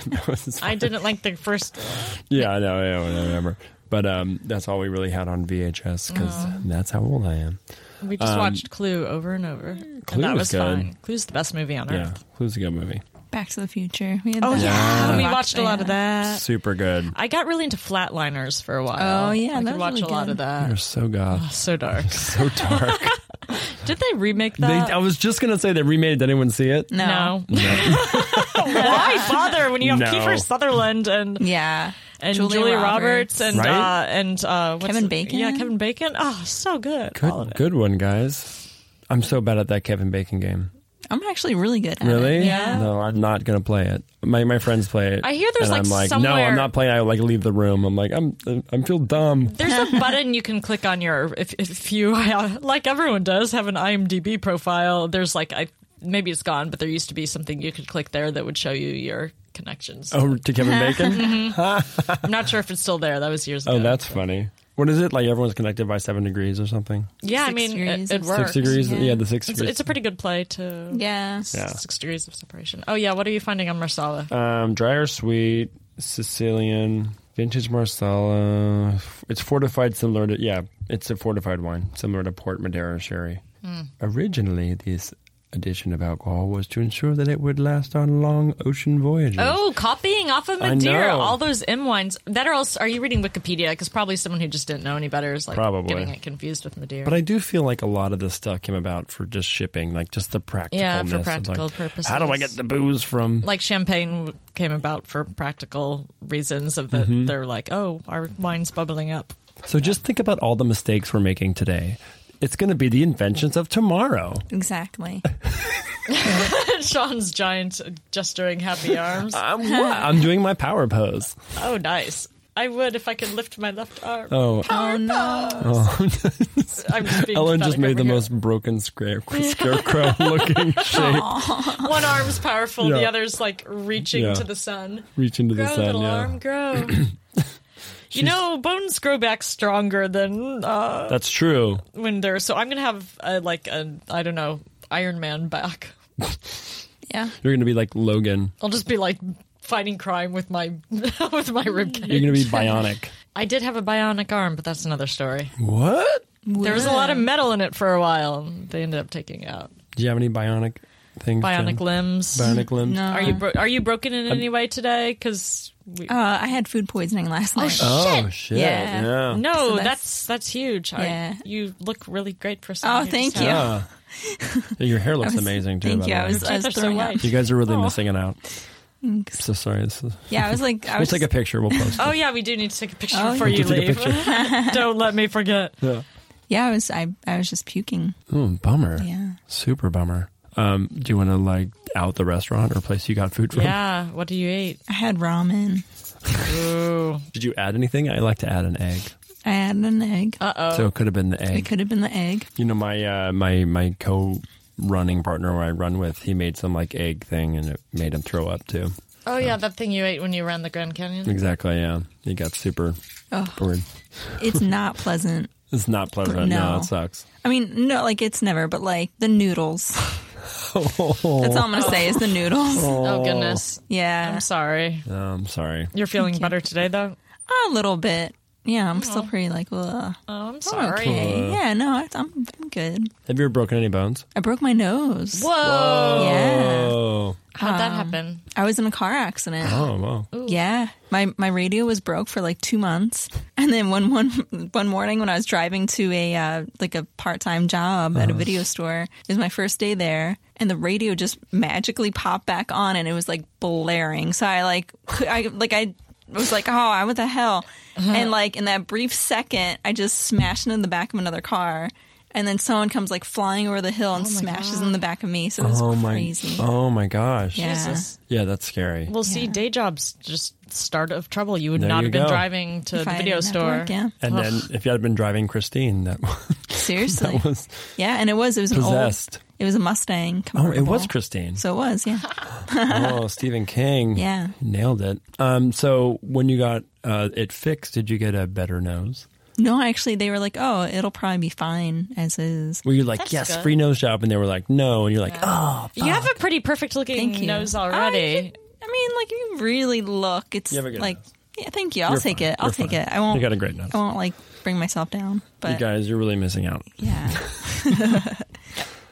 no, it's-
I didn't like the first.
yeah, I know, I know, I remember. But um, that's all we really had on VHS because
Oh.
that's how old I am.
We just watched Clue over and over,
Um, Clue
and that
was
was
good.
fine. Clue's the best movie on
Yeah,
earth.
Clue's a good movie.
Back to the Future. We had
Oh
that.
yeah, we watched a lot of
yeah.
that.
Super good.
I got really into flatliners for a while.
Oh, yeah,
I
that
could
was
watch
really
a lot
good.
of that.
They're so goth,
So dark.
so dark.
Did they remake
they,
Oh, that? Mm,
I was just gonna say they remade. it. Did anyone see it?
No.
No. Why bother when you have
No.
Kiefer Sutherland and
Yeah.
and Julia,
Julia
Roberts,
Roberts.
and
Right?
uh, and uh, what's
Kevin
the-
Bacon?
Yeah, Kevin Bacon. Oh, so good. All of
Good,
it.
good one, guys. I'm so bad at that Kevin Bacon game.
I'm actually really good at it.
Really?
Yeah.
No, I'm not gonna play it. My my friends play it.
I hear there's,
and
like,
I'm like no,
somewhere-
I'm not playing. I like leave the room. I'm like I'm I'm feel dumb.
There's a button you can click on your if if you like everyone does have an IMDb profile. There's like I maybe it's gone, but there used to be something you could click there that would show you your connections.
Oh, to Kevin Bacon.
I'm not sure if it's still there. That was years ago.
oh, that's funny. What is it like? Everyone's connected by seven degrees or something.
yeah. I
Six
mean, it,
degrees
it
of
Six
works.
degrees. Yeah,
Yeah.
the six
It's,
degrees.
it's a pretty good play to
Yeah.
Yeah.
six degrees of separation. Oh yeah, what are you finding on Marsala?
um, dry or sweet Sicilian vintage Marsala. It's fortified similar
Hmm.
to yeah. It's a fortified wine similar to Port Madeira sherry. Originally, this addition of alcohol was to ensure that it would last on long ocean voyages.
Oh, copying off of
I
Madeira,
know.
all those M wines. That are also, are you reading Wikipedia? Because probably someone who just didn't know any better is like
Probably.
getting it confused with Madeira.
But I do feel like a lot of this stuff came about for just shipping, like just the practical.
for practical purposes.
How do I get the booze from?
like champagne came about for practical reasons of that
Mm-hmm.
they're like, oh, our wine's bubbling up.
So just think about all the mistakes we're making today. It's going to be the inventions of tomorrow.
Exactly.
Sean's giant gesturing happy arms.
I'm, what? I'm doing my power pose.
oh, nice. I would if I could lift my left arm.
Oh,
oh no.
I'm just being
Ellen just
pathetic
made
over
the
here.
most broken scare- scarecrow looking shape
One arm's powerful, the
Yeah.
other's like reaching
Yeah.
to the sun.
reaching to
Grow,
the sun.
little
Yeah.
arm, grow. you know, bones grow back stronger than uh,
That's true.
when they're. So I'm gonna have uh, like a I don't know Iron Man back.
Yeah.
You're going to be like Logan.
I'll just be like fighting crime with my with my rib cage.
You're going to be bionic.
I did have a bionic arm, but that's another story.
what?
There was a lot of metal in it for a while. They ended up taking it out
Do you have any bionic things?
bionic
Jen?
limbs.
Bionic limbs.
No.
Are you bro- are you broken in any way today? Because we-
Uh, I had food poisoning last night.
Oh shit!
Yeah.
yeah.
no,
so
that's,
that's-
that's huge. I-
Yeah.
you look really great for.
Oh,
someone who
thank
just
you.
had-
Yeah. Your hair looks amazing too.
Thank
by
you.
the
I
way.
was, I was
Teeth are so
throwing up.
white.
you guys are really missing it out. So sorry. This is,
Yeah, I was like, I
we'll
was
take a picture. We'll post.
Oh yeah, we do need to take a picture
Oh,
before
yeah.
you
Take a
leave. Don't let me forget.
Yeah.
yeah, I was, I, I was just puking.
Mm, bummer.
Yeah.
Super bummer. Um, do you want to like out the restaurant or place you got food from?
Yeah, what do you eat?
I had ramen.
Ooh.
Did you add anything? I like to add an egg,
I had an egg.
Uh oh.
so it could have been the
It
egg.
could have been the egg.
You know, my uh, my my co running partner where I run with, he made some like egg thing, and it made him throw up too.
oh yeah, that thing you ate when you ran the Grand Canyon.
Exactly. Yeah. He got super
Ugh.
bored.
It's not pleasant.
It's not pleasant.
No.
it sucks.
I mean, no, like it's never, but like the noodles. That's all I'm
Oh.
gonna say is the noodles.
Oh goodness.
Yeah,
I'm sorry.
Oh, I'm sorry.
You're feeling better today though.
a little bit. Yeah, I'm still pretty like, ugh.
Oh, I'm sorry.
Okay. Yeah, no, I, I'm, I'm good.
Have you ever broken any bones?
I broke my nose.
Whoa.
Yeah,
Oh.
How'd that happen?
I was in a car accident.
Oh, wow.
Yeah, my my radio was broke for like two months, and then one one one morning when I was driving to a uh, like a part time job at a
Uh-huh.
video store, it was my first day there, and the radio just magically popped back on, and it was like blaring. So I like I like I was like, oh, I what the hell,
Uh-huh.
and like in that brief second, I just smashed into the back of another car. And then someone comes like flying over the hill and
Oh
smashes in the back of me. So it was
Oh my!
crazy.
Oh my gosh!
Yeah.
Jesus.
Yeah, that's scary.
Well, see, day jobs just start of trouble. You would
There
not
you
have been
go.
driving to
If
the
I
video
didn't have to
store.
work, yeah.
and then if you had been driving Christine, that
Seriously.
was
Yeah, and it was it was an
possessed.
old. It was a Mustang.
Oh, it
convertible.
was Christine.
So it was, yeah.
oh, Stephen King.
Yeah.
nailed it. Um, so when you got uh, it fixed, did you get a better nose?
No, actually, they were like, "Oh, it'll probably be fine as is."
Were you like,
That's
yes,
good.
free nose job? And they were like, no. And you're like, oh.
You have a pretty perfect looking
Thank you.
nose
Oh,
Mm, already.
I mean, like, if you really look, it's
You have a good
like,
nose.
yeah, thank you. I'll
You're
take
fine.
it. I'll
You're
take
fine.
it. I won't.
You got a great nose.
I won't like bring myself down.
You
But
guys, you're really missing out.
yeah,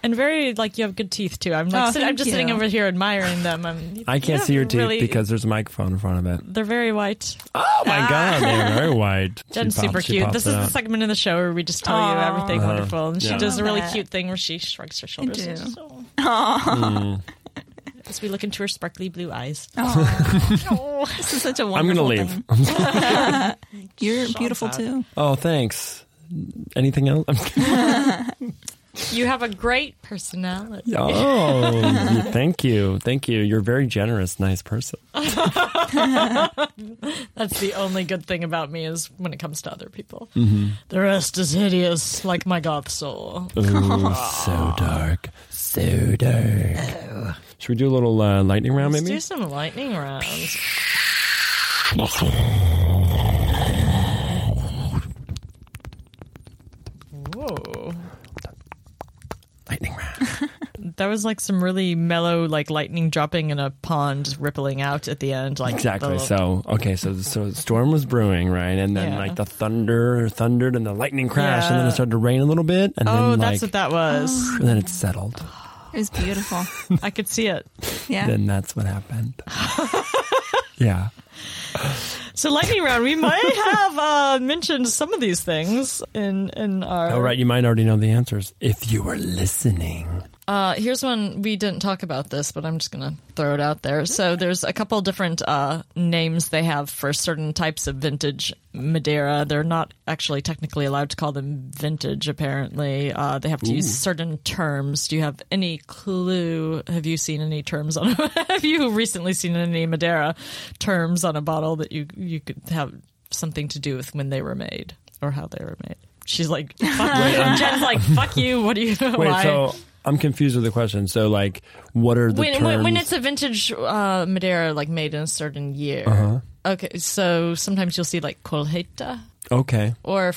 and very like you have good teeth too. I'm like
Oh,
sit- I'm
thank
just
you.
sitting over here admiring them. I'm,
I can't
yeah,
see your teeth
really-
because there's a microphone in front of it.
they're very white.
Oh my god, they're very wide.
Ah. Jen's super cute. This is the segment in the show where we just tell you
Aw.
everything wonderful, and she
Uh-huh. Yeah.
does a really
Love that.
cute thing where she shrugs her shoulders.
do.
It's just, "Oh."
Mm.
As we look into her sparkly blue eyes.
this is such a
I'm gonna
wonderful.
leave.
thing. You're beautiful
out.
too.
Oh, thanks. Anything else? I'm kidding.
You have a great personality.
oh, thank you, thank you. You're a very generous, nice person.
Oh, That's the only good thing about me is when it comes to other people.
Mm-hmm.
The rest is hideous, like my goth soul.
Oh, so dark, so dark. Should we do a little uh, lightning round,
Oh. Let's
maybe?
do some lightning rounds. Whoa.
Lightning round.
That was like some really mellow, like lightning dropping in a pond, rippling out at the end. Like
Exactly.
the-
So, okay, so so the storm was brewing, right? And then
Yeah.
like the thunder thundered and the lightning crashed, and then
Yeah.
it started to rain a little bit, and
oh,
then like
that's what that was.
and then it settled.
It was beautiful.
I could see it.
Yeah.
Then that's what happened. yeah.
So lightning round, we might have uh, mentioned some of these things in in our.
All Oh, right, you might already know the answers if you were listening.
Uh, here's one we didn't talk about this, but I'm just gonna throw it out there. So there's a couple different uh, names they have for certain types of vintage Madeira. They're not actually technically allowed to call them vintage. Apparently, uh, they have to use certain terms. Do you have any clue? Have you seen any terms on? have you recently seen any Madeira terms on a bottle that you you could have something to do with when they were made or how they were made? She's like, fuck you. Jen's like, fuck you. What do you?
Wait,
why?
so I'm confused with the question. So, like, what are the
when,
terms?
when, when it's a vintage uh, Madeira, like made in a certain year.
Uh-huh.
Okay, so sometimes you'll see like Colheita
okay,
or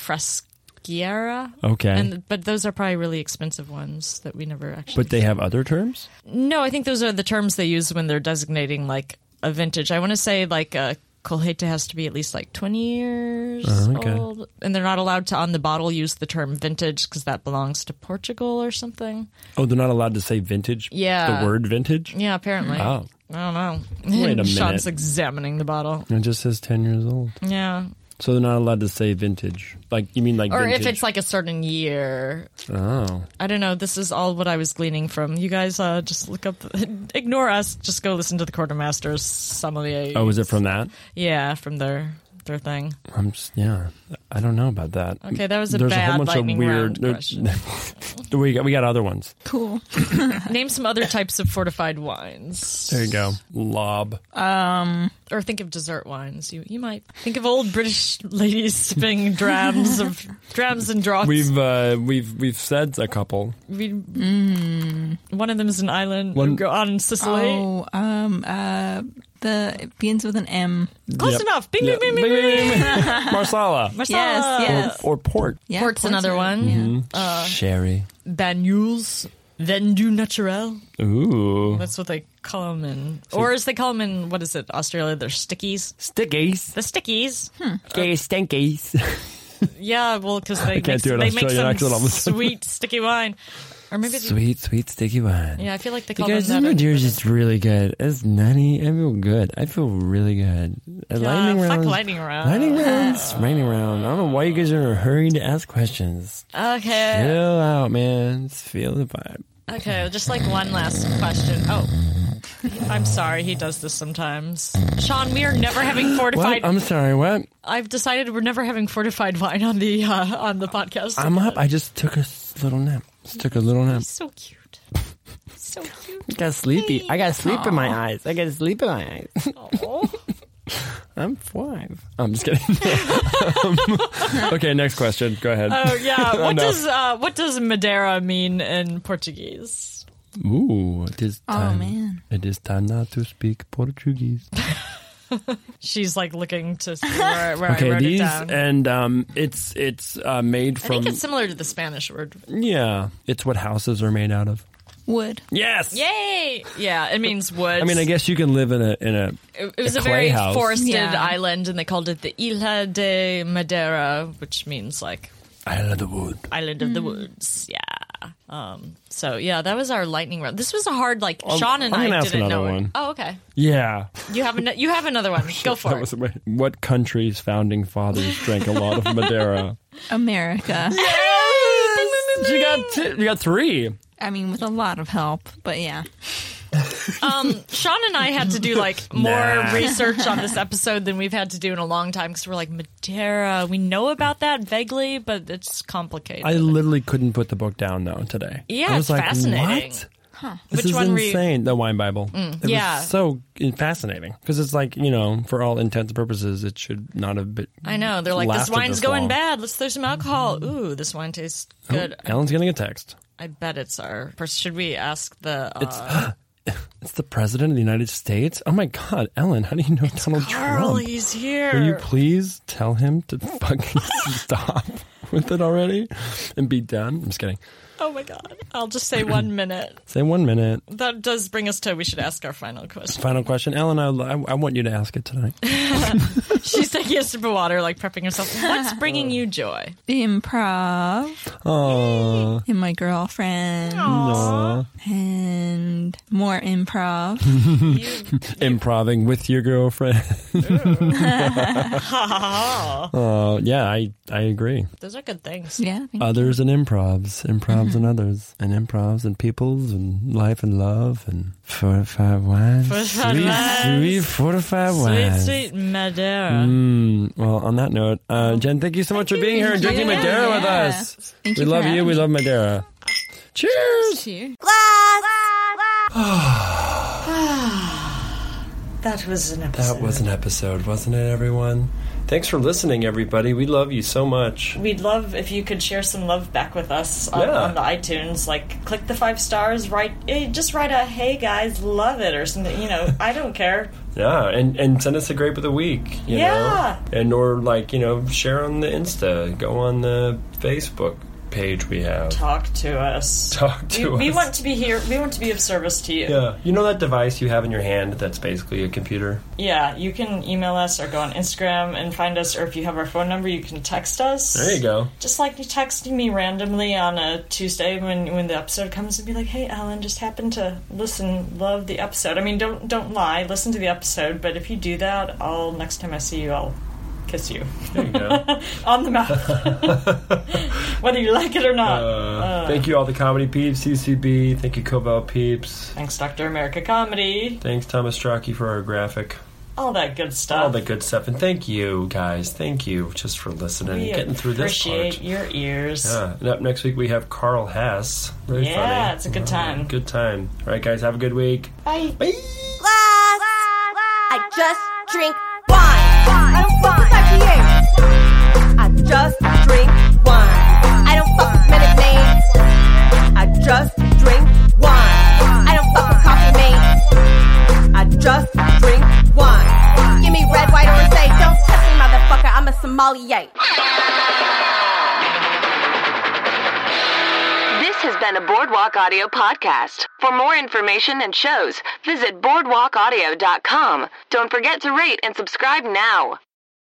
Fresquiera.
okay,
And, but those are probably really expensive ones that we never actually.
but they have other terms.
no, I think those are the terms they use when they're designating like a vintage. I want to say like a Colheita has to be at least like twenty years
Oh, okay.
old, and they're not allowed to on the bottle use the term vintage because that belongs to Portugal or something.
Oh, they're not allowed to say vintage.
Yeah.
the word vintage.
Yeah, apparently.
Wow.
I don't know.
Oh. Wait a minute.
Sean's examining the bottle.
It just says ten years old.
Yeah.
So they're not allowed to say vintage. Like you mean like
Or
vintage.
if it's like a certain year.
oh
I don't know. This is all what I was gleaning from. You guys uh, just look up, ignore us. Just go listen to the quartermaster's sommelier.
oh is it from that?
Yeah, from their their thing.
I'm just, yeah I don't know about that.
Okay, that was a
There's a
bad
whole bunch
lightning
of weird.
round
there-
question.
we got we got other ones.
Cool.
Name some other types of fortified wines,
There you go. Lob.
or think of dessert wines. You you might think of old British ladies sipping drams of drams and draughts.
We've uh, we've we've said a couple.
We- One of them is an island
One-
go on Sicily.
Oh, um, uh, the it begins with an M.
Close
Yep.
enough. Bing,
Yep.
bing, bing, bing, bing, bing.
Marsala.
Yes,
Marsala.
yes.
or port.
Yeah,
Port's another one.
Mm-hmm.
Uh,
Sherry.
Banyuls. Vendu naturel.
Ooh.
That's what they call them in. Or as they call them in, what is it, Australia? They're stickies.
Stickies.
The stickies. Uh,
Gay stinkies.
Yeah, well, because they,
can't
make,
do an
they make
Australian
some
accent all of a sudden.
sweet, sticky wine. Or maybe. they-
sweet, sweet sticky wine.
Yeah, I feel like they
You
call
guys, this
them that.
Madeira is just really good. It's nutty. I feel good. I feel really good. Uh,
Uh,
lightning
fuck
round.
lightning round.
Lightning rounds. Lightning round. I don't know why you guys are in a hurry to ask questions.
Okay.
Chill out, man. Just feel the vibe.
Okay, just like one last question. Oh, I'm sorry, he does this sometimes. Sean, we are never having
What?
fortified.
Um, I'm sorry. What?
I've decided we're never having fortified wine on the uh, on the podcast.
I'm up. I just took a s- little nap. Just took a little nap.
so cute, so cute.
Got sleepy. I got sleep in my eyes. I got sleep in my eyes.
Aw.
I'm five. I'm just kidding. Um, okay, next question. Go ahead.
Oh yeah. What
Enough.
does uh, what does Madeira mean in Portuguese?
Ooh, it is
Oh,
time.
man.
It is time now to speak Portuguese.
She's like looking to see where, where I
Okay,
wrote
these
it down.
and um, it's it's uh, made
I
from
think it's similar to the Spanish word.
yeah. It's what houses are made out of.
Wood.
Yes.
Yay! Yeah, it means woods.
I mean, I guess you can live in a in a
It, it was
a
a,
clay
very
house.
forested
Yeah.
island, and they called it the Isla de Madeira, which means like
Isle of the Wood.
island of the woods. Yeah. Um. So yeah, that was our lightning round. This was a hard like. Sean and
I'm gonna
I
ask
didn't
another
know. it.
one.
Oh, okay.
Yeah.
You have an- you have another one. Go for
That
it.
was amazing. What country's founding fathers drank a lot of Madeira?
America.
you got t- you got three.
I mean, with a lot of help, but yeah.
Um, Sean and I had to do like more
Nah.
research on this episode than we've had to do in a long time because we're like Madeira. We know about that vaguely, but it's complicated.
I literally couldn't put the book down though today.
Yeah,
I was
it's
like,
fascinating.
What? This
Which
is
one were you-
insane. The Wine Bible. it
yeah.
was so fascinating because it's like you know, for all intents and purposes, it should not have been.
I know. They're like, this
lasted
wine's
this
going
long. Oh,
bad. Let's throw some alcohol. Ooh, this wine tastes good.
Ellen's getting a text.
I bet it's our. first- Should we ask the. Uh,
It's the president of the United States. Oh my God, Ellen, how do you know Donald
Carl,
Trump?
he's
Will you
here.
please tell him to fucking stop with it already and be done? I'm just kidding.
Oh my god. I'll just say one minute.
Say one minute.
That does bring us to we should ask our final question.
Final question, Ellen. I, I, I want you to ask it tonight.
She's taking a sip of water, like prepping herself. What's
Uh.
bringing you joy?
Improv
Oh,
and my girlfriend and more improv.
improving with your girlfriend. Oh, yeah, I I agree.
Those are good things.
yeah. thank
Others and improvs, improvs and others, and improvs and peoples and life and love and fortified wines.
Fortified
sweet,
wines.
sweet fortified
Sweet,
wines.
sweet Madeira.
Mm, well, on that note, uh, Jen, thank you so much for being here and drinking
you.
Madeira with
Yeah.
us.
Thank
we
you for
love you.
having
We
me.
love Madeira. Cheers.
you.
That was an episode.
That was an episode, wasn't it, everyone? Thanks for listening, everybody. We love you so much.
We'd love if you could share some love back with us on,
Yeah.
on the iTunes. Like, click the five stars. Write, eh, just write a "Hey guys, love it" or something. You know, I don't care.
Yeah, and, and send us a grape of the week. You
Yeah.
Know? And or like, you know, share on the Insta. Go on the Facebook page we have.
Talk to us.
Talk to
we,
us.
We want to be here. We want to be of service to you.
Yeah. You know that device you have in your hand that's basically a computer?
Yeah, you can email us or go on Instagram and find us, or if you have our phone number, you can text us.
There you go.
Just like you texting me randomly on a Tuesday when, when the episode comes and be like, "Hey, Alan, just happened to listen, love the episode." I mean, don't don't lie, listen to the episode. But if you do that, I'll next time I see you, I'll kiss you
There you go.
on the mouth, whether you like it or not.
Uh, thank you, all the comedy peeps, CCB. Thank you, Cobalt peeps.
Thanks, Doctor America Comedy,
Thanks, Thomas Strachey, for our graphic.
all that good stuff.
All the good stuff. And thank you, guys. Thank you just for listening
we
and getting through this
appreciate
part.
your ears.
Yeah. And up next week, we have Carl Hess. Very
Yeah,
funny. Uh,
it's a good time.
Good time. All right, guys. Have a good week.
Bye.
I just drink wine. I don't fuck with IPAs. I just drink wine. I don't fuck with minute maids. I just drink wine. I don't fuck with coffee mates. I just drink wine. Give me red, white, or say, don't touch me, motherfucker. I'm a sommelier.
This has been a Boardwalk Audio podcast. For more information and shows, visit boardwalkaudio.com. Don't forget to rate and subscribe now.